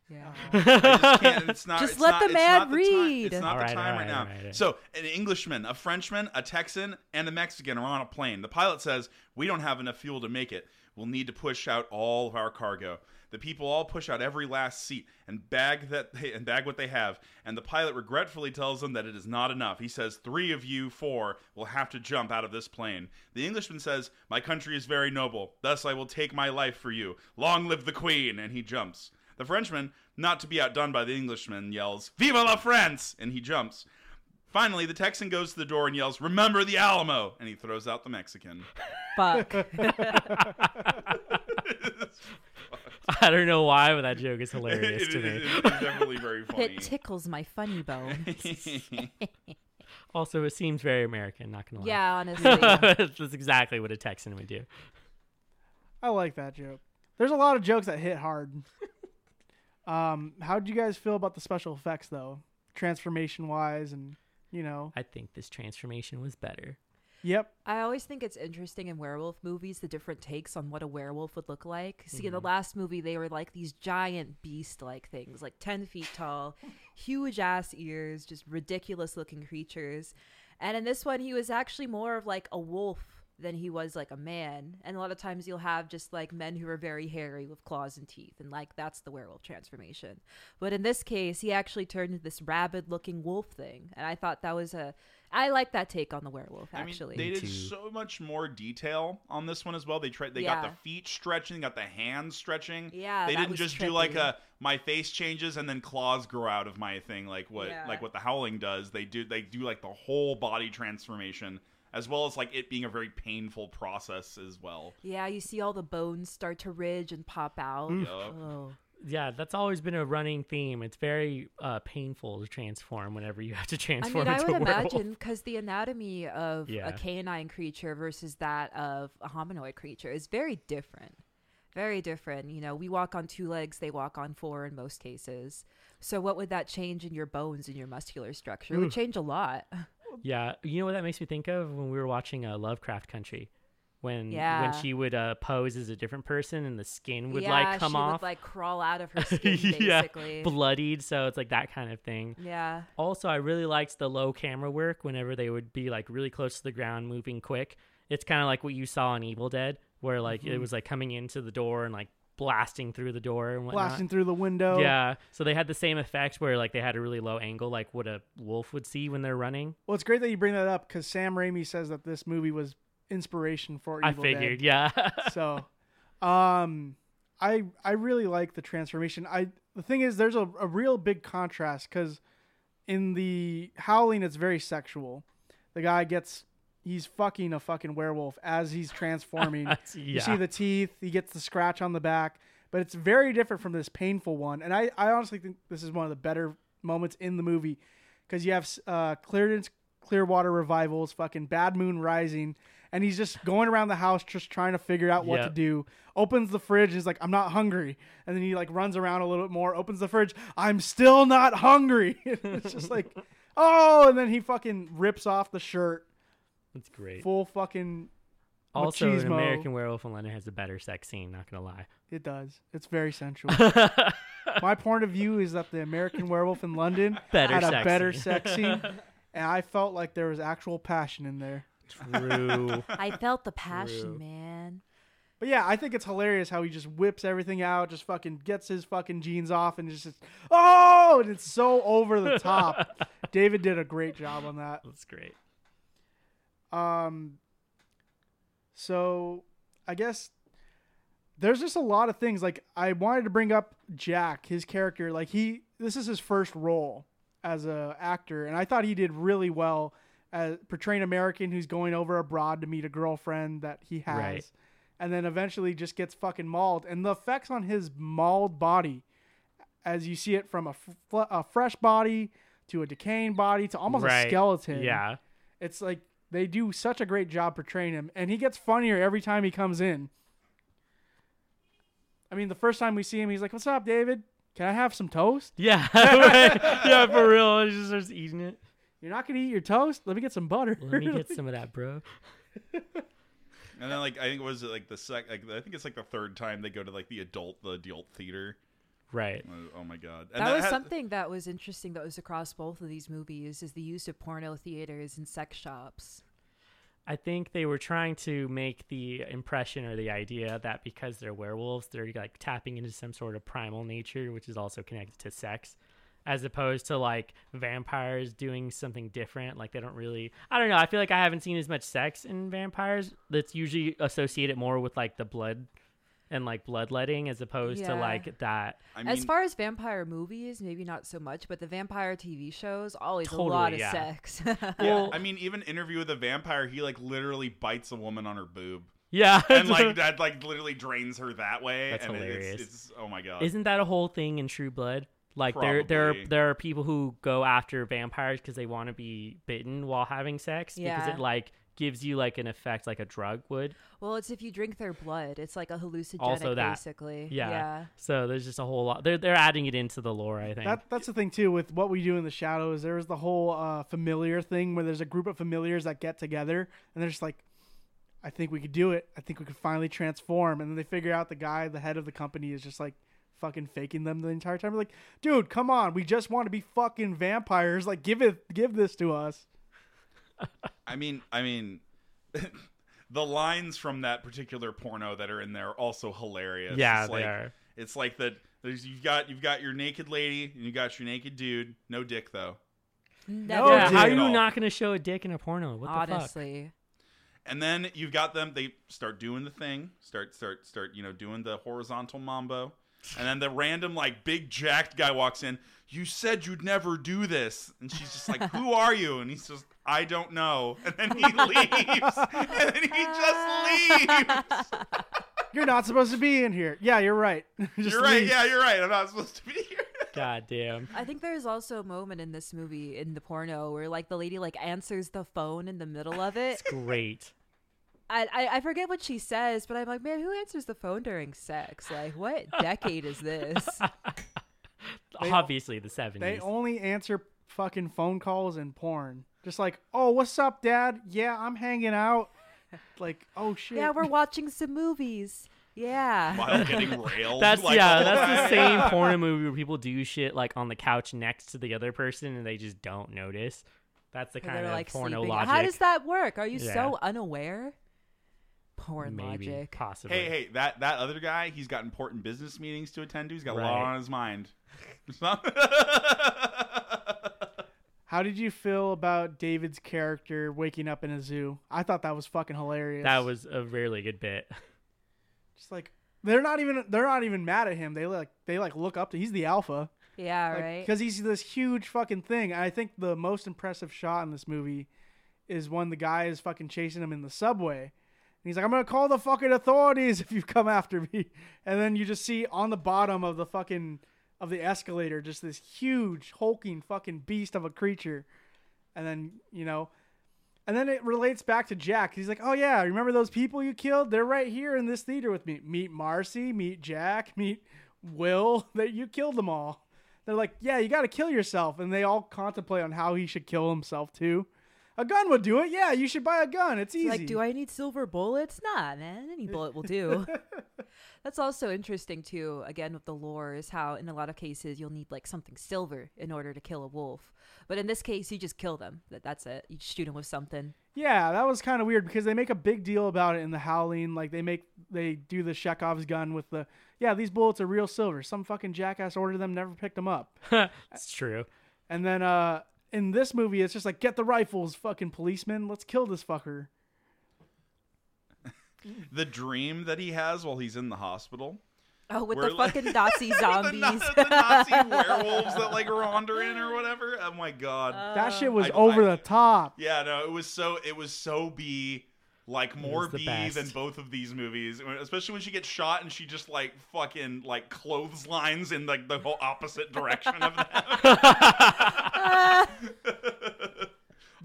S3: Yeah.
S1: I just can't. It's not.
S3: Just
S1: it's
S3: let
S1: not-
S3: the
S1: it's not
S3: man
S1: the time-
S3: read.
S1: It's not
S4: Alright,
S1: the time
S4: alright,
S1: right, now.
S4: alright, alright.
S1: So, an Englishman, a Frenchman, a Texan, and a Mexican are on a plane. The pilot says, "We don't have enough fuel to make it. We'll need to push out all of our cargo." The people all push out every last seat and bag that they, and bag what they have. And the pilot regretfully tells them that it is not enough. He says, three of you four will have to jump out of this plane." The Englishman says, "My country is very noble. Thus, I will take my life for you. Long live the Queen!" And he jumps. The Frenchman, not to be outdone by the Englishman, yells, Viva la France! And he jumps. Finally, the Texan goes to the door and yells, Remember the Alamo! And he throws out the Mexican.
S3: Fuck.
S4: I don't know why, but that joke is
S1: It-
S4: hilarious to
S1: it- it-
S4: me.
S1: it- it's definitely very funny.
S3: It tickles my funny bone.
S4: Also, it seems very American. Not gonna lie.
S3: yeah, honestly.
S4: that's exactly what a Texan would do.
S2: I like that joke. There's a lot of jokes that hit hard. um, how do you guys feel about the special effects though, transformation wise, and you know,
S4: I think this transformation was better.
S2: yep,
S3: I always think it's interesting in werewolf movies the different takes on what a werewolf would look like. See,
S1: Mm-hmm.
S3: in the last movie, they were like these giant beast like things, like 10 feet tall, huge ass ears, just ridiculous looking creatures. And in this one, he was actually more of like a wolf than he was like a man. And a lot of times you'll have just like men who are very hairy with claws and teeth. And like that's the werewolf transformation. But in this case, he actually turned into this rabid looking wolf thing. And I thought that was a. I like that take on the werewolf,
S1: I mean,
S3: actually.
S1: they did
S4: Too.
S1: so much more detail on this one as well. They tried. They got
S3: Yeah.
S1: the feet stretching, got the hands stretching.
S3: Yeah,
S1: they
S3: that
S1: didn't
S3: was
S1: just do like
S3: trippy.
S1: a my face changes and then claws grow out of my thing, like what
S3: Yeah.
S1: like what the howling does. They do they do like the whole body transformation as well as like it being a very painful process as well.
S3: Yeah, you see all the bones start to ridge and pop out.
S1: Yup.
S3: Oh.
S4: Yeah, that's always been a running theme. It's very uh, painful to transform whenever you have to
S3: I
S4: transform
S3: mean, I
S4: into
S3: would
S4: a werewolf.
S3: imagine because the anatomy of
S4: Yeah.
S3: a canine creature versus that of a hominoid creature is very different. Very different. You know, we walk on two legs, they walk on four in most cases. So, what would that change in your bones and your muscular structure? It
S4: Mm.
S3: would change a lot.
S4: Yeah, you know what that makes me think of when we were watching uh, Lovecraft Country, when
S3: Yeah.
S4: when she would uh, pose as a different person and the skin would
S3: yeah,
S4: like come
S3: she
S4: off,
S3: would like crawl out of her skin, basically.
S4: yeah, bloodied. So it's like that kind of thing.
S3: yeah.
S4: Also, I really liked the low camera work whenever they would be like really close to the ground, moving quick. It's kind of like what you saw in Evil Dead, where like
S2: Mm-hmm.
S4: it was like coming into the door and like blasting through the door and whatnot.
S2: blasting through the window.
S4: Yeah, so they had the same effect where like they had a really low angle, like what a wolf would see when they're running.
S2: Well, it's great that you bring that up because Sam Raimi says that this movie was inspiration for
S4: I
S2: Evil
S4: figured,
S2: Dead.
S4: yeah.
S2: so um i i really like the transformation i the thing is there's a, a real big contrast because in the howling it's very sexual the guy gets he's fucking a fucking werewolf as he's transforming you see
S4: Yeah.
S2: the teeth he gets the scratch on the back but it's very different from this painful one and i i honestly think this is one of the better moments in the movie because you have uh clearance clearwater revivals fucking bad moon rising and he's just going around the house just trying to figure out what
S4: Yeah.
S2: to do opens the fridge and he's like i'm not hungry and then he like runs around a little bit more opens the fridge i'm still not hungry it's just like oh and then he fucking rips off the shirt
S4: That's great.
S2: full fucking
S4: Also, an
S2: machismo.
S4: American Werewolf in London has a better sex scene. Not gonna lie.
S2: It does. It's very sensual. My point of view is that the American Werewolf in London
S4: Better
S2: had a
S4: sex
S2: better
S4: scene.
S2: sex scene, and I felt like there was actual passion in there.
S4: True.
S3: I felt the passion, man.
S2: But yeah, I think it's hilarious how he just whips everything out, just fucking gets his fucking jeans off, and just oh, and it's so over the top. David did a great job on that.
S4: That's great.
S2: Um, so I guess there's just a lot of things. Like I wanted to bring up Jack, his character. Like he, this is his first role as a actor, and I thought he did really well as portraying an American who's going over abroad to meet a girlfriend that he has,
S4: Right.
S2: and then eventually just gets fucking mauled. And the effects on his mauled body, as you see it from a, fl- a fresh body to a decaying body to almost
S4: Right.
S2: a skeleton
S4: Yeah.
S2: it's like they do such a great job portraying him and he gets funnier every time he comes in i mean the first time we see him he's like what's up david can i have some toast
S4: Yeah. right. Yeah, for real. He just starts eating it.
S2: you're not gonna eat your toast let me get some butter
S4: Let me get some of that, bro.
S1: And then like I think was it like the sec like I think it's like the third time they go to like the adult the adult theater.
S4: Right.
S1: Oh, oh my god. And
S3: that, was
S1: had-
S3: something that was interesting that was across both of these movies is the use of porno theaters and sex shops.
S4: I think they were trying to make the impression or the idea that because they're werewolves, they're like tapping into some sort of primal nature, which is also connected to sex, as opposed to like vampires doing something different. Like they don't really, I don't know. I feel like I haven't seen as much sex in vampires. That's usually associated more with like the blood and like bloodletting as opposed to
S3: Yeah.
S4: like that.
S1: I mean,
S3: as far as vampire movies, maybe not so much, but the vampire TV shows always
S4: Totally,
S3: a lot of
S4: yeah.
S3: sex.
S1: yeah,
S4: Well-
S1: I mean even interview with a vampire, he like literally bites a woman on her boob.
S4: Yeah.
S1: and like that like literally drains her that way.
S4: That's
S1: and it-
S4: hilarious.
S1: It's, it's oh my god.
S4: Isn't that a whole thing in True Blood? Like there, there,
S1: Probably.
S4: are, there are people who go after vampires because they want to be bitten while having sex because
S3: Yeah.
S4: it like gives you like an effect like a drug would.
S3: Well, it's if you drink their blood. It's like a hallucinogenic,
S4: Also that.
S3: basically.
S4: Yeah. So there's just a whole lot. They're they're adding it into the lore. I think.
S2: That, that's the thing too with what we do in the shadow is there was the whole uh, familiar thing where there's a group of familiars that get together and they're just like, I think we could do it. I think we could finally transform. And then they figure out the guy, the head of the company, is just like fucking faking them the entire time. We're like, dude, come on, we just want to be fucking vampires. Like, give it, give this to us.
S1: I mean, I mean, the lines from that particular porno that are in there are also hilarious.
S4: yeah,
S1: it's
S4: they
S1: like,
S4: are.
S1: It's like that. There's you've got you've got your naked lady and you got your naked dude. No dick though.
S3: Never.
S2: Oh,
S4: yeah, how are
S2: dude.
S4: you not going to show a dick in a porno? What the fuck?
S3: Honestly.
S1: And then you've got them. They start doing the thing. Start start start. You know, doing the horizontal mambo. And then the random like big jacked guy walks in. You said you'd never do this, and she's just like, "Who are you?" And he's just, "I don't know." And then he leaves. And then he just leaves.
S2: You're not supposed to be in here. Yeah, you're right. Just
S1: you're right.
S2: leave.
S1: Yeah, you're right. I'm not supposed to be here.
S4: God damn.
S3: I think there's also a moment in this movie in the porno where like the lady like answers the phone in the middle of it.
S4: It's great.
S3: I, I, I forget what she says, but I'm like, man, who answers the phone during sex? Like, what decade is this?
S4: Obviously, the 70s.
S2: They only answer fucking phone calls and porn. Just like, oh, what's up, Dad? Yeah, I'm hanging out. Like, oh shit.
S3: yeah, we're watching some movies. Yeah.
S1: While getting railed.
S4: That's
S1: like,
S4: yeah,
S1: all
S4: that's the
S1: day.
S4: same porno movie where people do shit like on the couch next to the other person and they just don't notice. That's the
S3: Where
S4: kind
S3: they're
S4: of
S3: like
S4: porno
S3: sleeping.
S4: logic.
S3: How does that work? Are you
S4: Yeah.
S3: so unaware? Porn
S4: maybe
S3: logic.
S4: possibly?
S1: Hey, hey, that that other guy, he's got important business meetings to attend to. He's got a lot
S4: Right.
S1: on his mind. It's not-
S2: How did you feel about David's character waking up in a zoo? I thought that was fucking hilarious.
S4: That was a really good bit.
S2: just like they're not even they're not even mad at him. They like they like look up to he's the alpha.
S3: Yeah,
S2: Like,
S3: right.
S2: Because he's this huge fucking thing. I think the most impressive shot in this movie is when the guy is fucking chasing him in the subway. And he's like, I'm going to call the fucking authorities if you come after me. And then you just see on the bottom of the fucking, of the escalator, just this huge, hulking fucking beast of a creature. And then, you know, and then it relates back to Jack. He's like, oh yeah, remember those people you killed? They're right here in this theater with me. Meet Marcy, meet Jack, meet Will. That you killed them all. They're like, yeah, you got to kill yourself. And they all contemplate on how he should kill himself too. A gun would do it. Yeah, you should buy a gun. It's easy.
S3: Like, do I need silver bullets? Nah, man. Any bullet will do. That's also interesting too. Again, with the lore is how in a lot of cases you'll need like something silver in order to kill a wolf, but in this case you just kill them. That that's it. You just shoot them with something.
S2: Yeah, that was kind of weird because they make a big deal about it in the Howling. Like they make they do the Shekhov's gun with the yeah these bullets are real silver. Some fucking jackass ordered them, never picked them up.
S4: it's true.
S2: And then uh in this movie, it's just like get the rifles, fucking policeman. Let's kill this fucker.
S1: the dream that he has while he's in the hospital.
S3: Oh, with
S1: We're
S3: the
S1: like-
S3: fucking Nazi
S1: The,
S3: zombies.
S1: Na- the Nazi werewolves that like wander in or whatever. Oh my god.
S2: that shit was
S1: I-
S2: over
S1: I-
S2: the top.
S1: yeah, no, it was so it was so B like more
S4: was the
S1: B
S4: best.
S1: than both of these movies, especially when she gets shot and she just like fucking like clotheslines in like the whole opposite direction of them.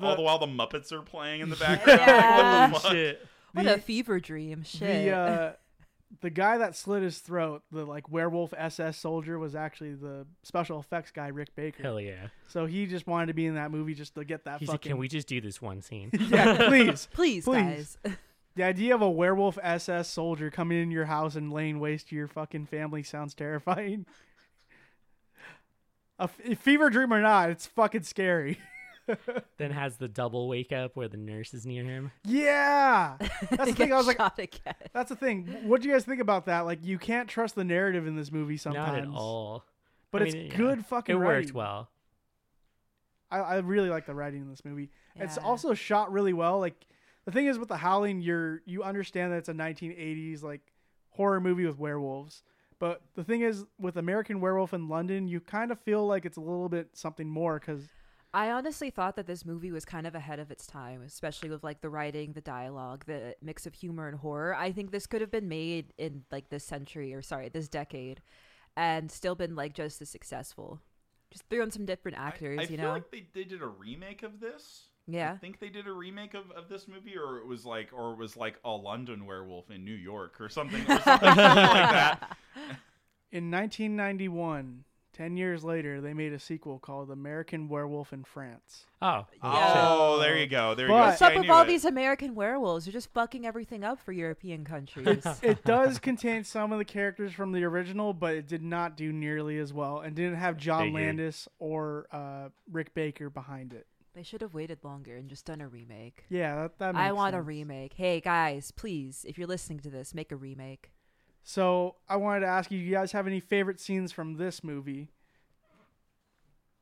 S1: All the while the Muppets are playing in the background.
S3: Yeah.
S1: Like, what the fuck?
S4: Shit.
S3: what
S2: The-
S3: a fever dream. Shit.
S2: The uh, the guy that slit his throat, the like werewolf SS soldier, was actually the special effects guy Rick Baker.
S4: Hell yeah.
S2: So he just wanted to be in that movie just to get that
S4: He's like,
S2: fucking.
S4: can we just do this one scene?
S2: yeah, please. please.
S3: please, guys.
S2: The idea of a werewolf SS soldier coming in your house and laying waste to your fucking family sounds terrifying. A f- fever dream or not, it's fucking scary.
S4: then has the double wake up where the nurse is near him.
S2: Yeah, that's the thing. I was like,
S3: shot again.
S2: that's the thing. What do you guys think about that? Like, you can't trust the narrative in this movie
S4: Not
S2: sometimes.
S4: at all.
S2: But
S4: I
S2: it's
S4: mean, yeah.
S2: good fucking.
S4: It
S2: writing.
S4: worked well.
S2: I, I really like the writing in this movie. It's
S3: Yeah.
S2: also shot really well. Like the thing is with the Howling, you're you understand that it's a 1980s like horror movie with werewolves. But the thing is with American Werewolf in London, you kind of feel like it's a little bit something more because
S3: I honestly thought that this movie was kind of ahead of its time, especially with like the writing, the dialogue, the mix of humor and horror. I think this could have been made in like this century or sorry, this decade and still been like just as successful. Just threw in some different
S1: I-
S3: actors,
S1: I,
S3: you
S1: feel
S3: know?
S1: like they, they did a remake of this. I
S3: Yeah.
S1: think they did a remake of, of this movie, or it was like, or it was like a London werewolf in New York, or something, or something, something like that.
S2: In 1991, 10 years later, they made a sequel called American Werewolf in France.
S4: Oh,
S3: Yeah.
S1: Oh, there you go, there you go.
S2: But-
S3: What's
S1: See, I
S3: up with
S1: knew
S3: all
S1: it.
S3: these American werewolves? They're just fucking everything up for European countries.
S2: It does contain some of the characters from the original, but it did not do nearly as well and didn't have John
S4: Figured.
S2: Landis or uh, Rick Baker behind it.
S3: they should have waited longer and just done a remake.
S2: Yeah, that, that
S3: I
S2: makes
S3: want a
S2: sense.
S3: remake. Hey guys, please, if you're listening to this, make a remake.
S2: So I wanted to ask you, you guys have any favorite scenes from this movie?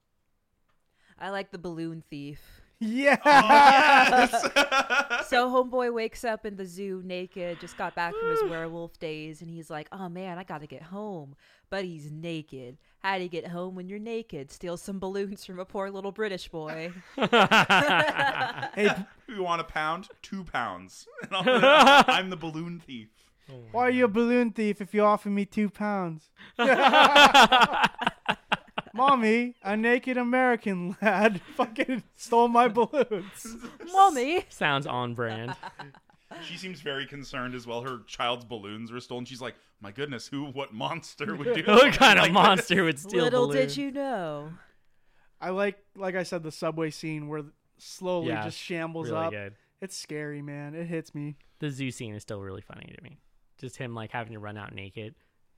S3: I like the balloon thief.
S2: Yeah.
S4: Oh.
S3: So homeboy wakes up in the zoo naked, just got back from his werewolf days, and he's like, "Oh man, I gotta get home." But he's naked. How do you get home when you're naked? Steal some balloons from a poor little British boy.
S2: hey,
S1: If you want a pound, two pounds. And I'll- I'm the balloon thief.
S2: why are you a balloon thief if you offer me two pounds? Mommy, a naked American lad fucking stole my balloons.
S3: Mommy.
S4: sounds on brand.
S1: She seems very concerned as well. Her child's balloons were stolen. She's like, my goodness, who, what monster would do
S4: what kind of
S1: something like this?"
S4: monster would steal
S3: Little
S4: balloon?
S3: did you know.
S2: I like, like I said, the subway scene where slowly
S4: Yeah,
S2: just shambles
S4: Really
S2: up.
S4: good.
S2: It's scary, man. It hits me.
S4: The zoo scene is still really funny to me. Just him like having to run out naked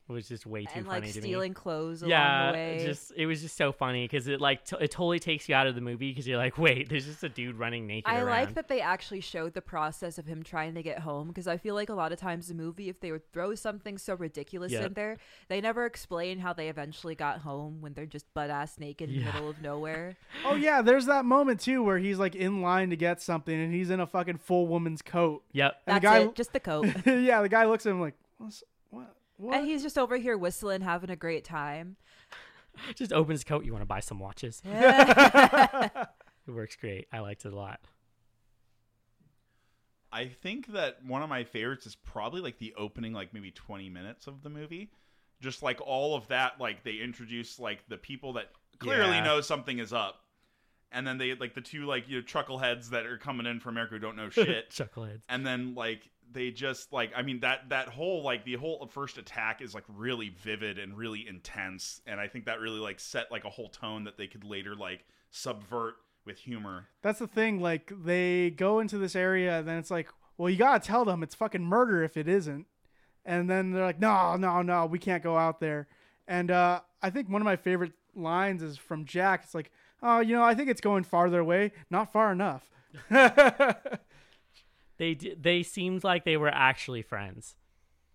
S4: was just way too
S3: and
S4: funny
S3: like
S4: to me.
S3: stealing clothes along
S4: yeah,
S3: the way.
S4: just it was just so funny because it like t- it totally takes you out of the movie because you're like, wait, there's just a dude running naked.
S3: I
S4: around.
S3: like that they actually showed the process of him trying to get home because I feel like a lot of times the movie, if they would throw something so ridiculous
S4: Yeah.
S3: in there, they never explain how they eventually got home when they're just butt ass naked in the
S4: Yeah.
S3: middle of nowhere.
S2: Oh yeah, there's that moment too where he's like in line to get something and he's in a fucking full woman's coat.
S4: Yep.
S2: And
S3: That's
S2: the guy,
S3: it, just the coat.
S2: yeah, the guy looks at him like, "What's- what? What?
S3: and he's just over here whistling, having a great time.
S4: Just opens coat. You want to buy some watches? It works great. I liked it a lot.
S1: I think that one of my favorites is probably like the opening, like maybe 20 minutes of the movie. Just like all of that, like they introduce like the people that clearly
S4: Yeah.
S1: know something is up. And then they like the two like you know chuckleheads that are coming in from America who don't know shit.
S4: Chuckleheads.
S1: and then like they just like i mean that that whole like the whole first attack is like really vivid and really intense and i think that really like set like a whole tone that they could later like subvert with humor
S2: That's the thing. Like they go into this area, and then it's like, well, you gotta tell them it's fucking murder if it isn't. And then they're like, no, no, no, we can't go out there. And uh, I think one of my favorite lines is from Jack. It's like, oh, you know, I think it's going farther away, not far enough.
S4: They d- they seemed like they were actually friends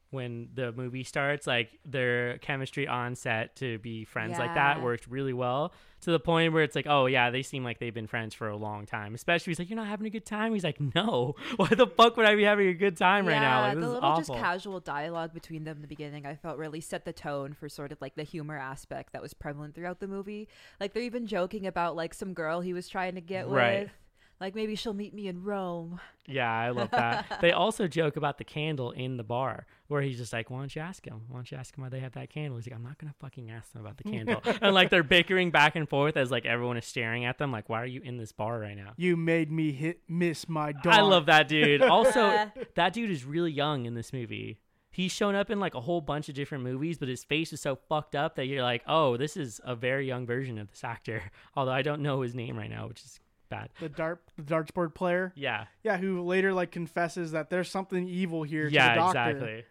S4: when the movie starts. Like their chemistry on set to be friends like that
S3: Yeah.
S4: worked really well to the point where it's like, oh yeah, they seem like they've been friends for a long time. Especially he's like, you're not having a good time. He's like, no, why the fuck would I be having a good time right now? Like,
S3: the
S4: this is
S3: little
S4: awful.
S3: just casual dialogue between them in the beginning, I felt really set the tone for sort of like the humor aspect that was prevalent throughout the movie. Like they're even joking about like some girl he was trying to get
S4: Right.
S3: with. Like maybe she'll meet me in Rome.
S4: yeah, I love that. they also joke about the candle in the bar where he's just like, why don't you ask him? Why don't you ask him why they have that candle? He's like, I'm not gonna fucking ask them about the candle. and like they're bickering back and forth as like everyone is staring at them. Like, why are you in this bar right now?
S2: you made me hit miss my dog.
S4: I love that dude. Also,
S3: Yeah.
S4: that dude is really young in this movie. He's shown up in like a whole bunch of different movies, but his face is so fucked up that you're like, oh, this is a very young version of this actor. Although I don't know his name right now, which is bad.
S2: the dart, the dartboard player.
S4: Yeah.
S2: Yeah, who later like confesses that there's something evil here. to the
S4: yeah,
S2: doctor.
S4: exactly.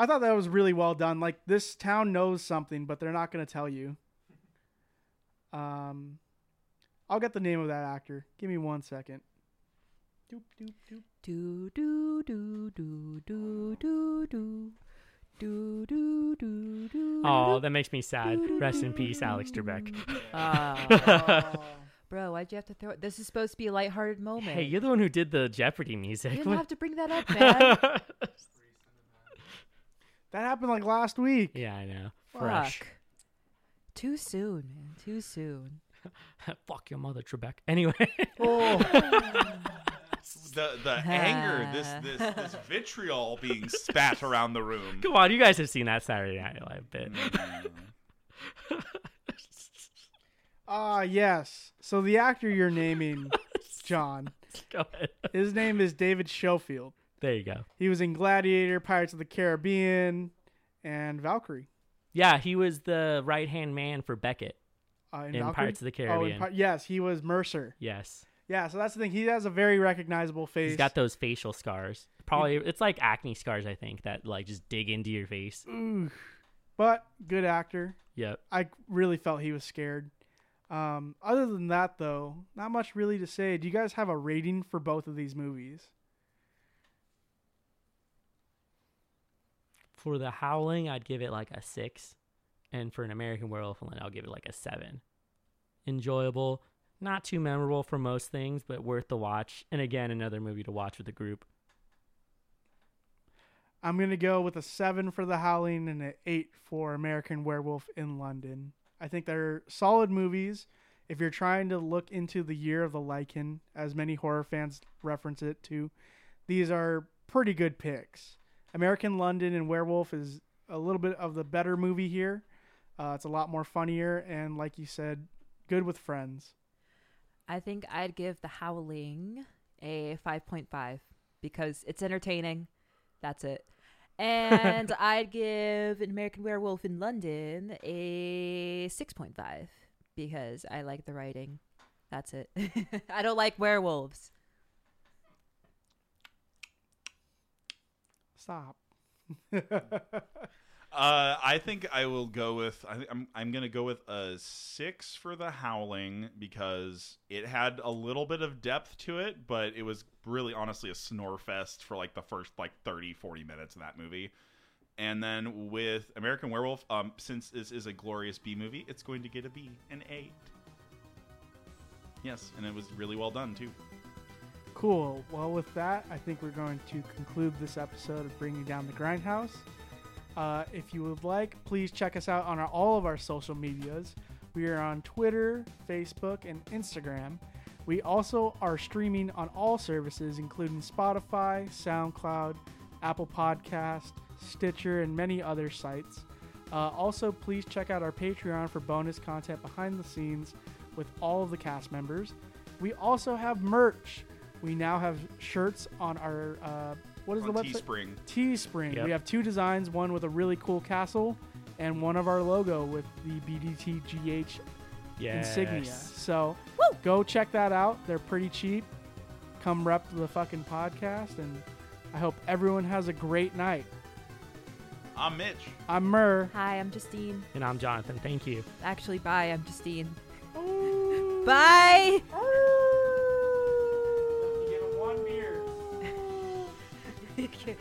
S2: I thought that was really well done. Like this town knows something, but they're not going to tell you. Um, I'll get the name of that actor. Give me one second. Doop doop doop.
S3: Do do do do do do do do do do do.
S4: Oh, that makes me sad. Rest in peace, Alex Trebek.
S3: Oh. bro, why'd you have to throw it? This is supposed to be a lighthearted moment.
S4: Hey, you're the one who did the Jeopardy
S3: you
S4: music.
S3: didn't have to bring that up, man.
S2: That happened like last week.
S4: yeah, I know. Fresh.
S3: Fuck. Too soon, man. Too soon.
S4: Fuck your mother, Trebek. Anyway,
S1: The the anger, this this this vitriol being spat around the room.
S4: come on, you guys have seen that Saturday Night Live bit.
S1: Mm.
S2: Ah, yes. So the actor you're naming, John,
S4: Go ahead.
S2: his name is David Schofield.
S4: There you go.
S2: He was in Gladiator, Pirates of the Caribbean, and Valkyrie.
S4: Yeah, he was the right hand man for Beckett.
S2: Uh,
S4: In
S2: Valkyrie?
S4: Pirates of the
S2: Oh, in
S4: Caribbean.
S2: Pi- yes, he was Mercer.
S4: Yes,
S2: Yeah, so that's the thing. He has a very recognizable face.
S4: he's got those facial scars. Probably it's like acne scars, I think, that like just dig into your face.
S2: Ooh. But good actor.
S4: Yep.
S2: I really felt he was scared. Um, other than that, though, not much really to say. Do you guys have a rating for both of these movies?
S4: For the Howling, I'd give it like a six, and for an American Werewolf, I'll give it like a seven. Enjoyable, not too memorable for most things, but worth the watch. And again, another movie to watch with the group.
S2: I'm gonna go with a seven for The Howling and an eight for American Werewolf in London. I think they're solid movies. If you're trying to look into the year of the Lycan, as many horror fans reference it to, these are pretty good picks. American London and Werewolf is a little bit of the better movie here. Uh, it's a lot more funnier and, like you said, good with friends.
S3: I think I'd give The Howling a 5.5 because it's entertaining. That's it. And I'd give An American Werewolf in London a 6.5 because I like the writing. That's it. I don't like werewolves.
S2: Stop.
S1: Uh, I think I will go with I, think I'm I'm gonna go with a six for the howling because it had a little bit of depth to it, but it was really honestly a snore fest for like the first like 30, 40 minutes of that movie. And then with American Werewolf, um, since this is a glorious B movie, it's going to get a B, an eight. Yes, and it was really well done too.
S2: Cool. Well, with that, I think we're going to conclude this episode of Bringing Down the Grindhouse. Uh, if you would like, please check us out on our, all of our social medias. We are on Twitter, Facebook, and Instagram. We also are streaming on all services, including Spotify, SoundCloud, Apple Podcast, Stitcher, and many other sites. Uh, also, please check out our Patreon for bonus content behind the scenes with all of the cast members. We also have merch. We now have shirts on our uh, what is
S1: On
S2: the website?
S1: Teespring.
S2: Teespring.
S4: Yep.
S2: We have two designs, one with a really cool castle and one of our logo with the BDTGH
S4: Yes.
S2: insignia. So go check that out. They're pretty cheap. Come rep the fucking podcast and I hope everyone has a great night.
S1: I'm Mitch.
S2: I'm Murr.
S3: Hi, I'm Justine.
S4: And I'm Jonathan. Thank you.
S3: Actually, bye, I'm Justine. Bye.
S2: one beer.
S3: Okay.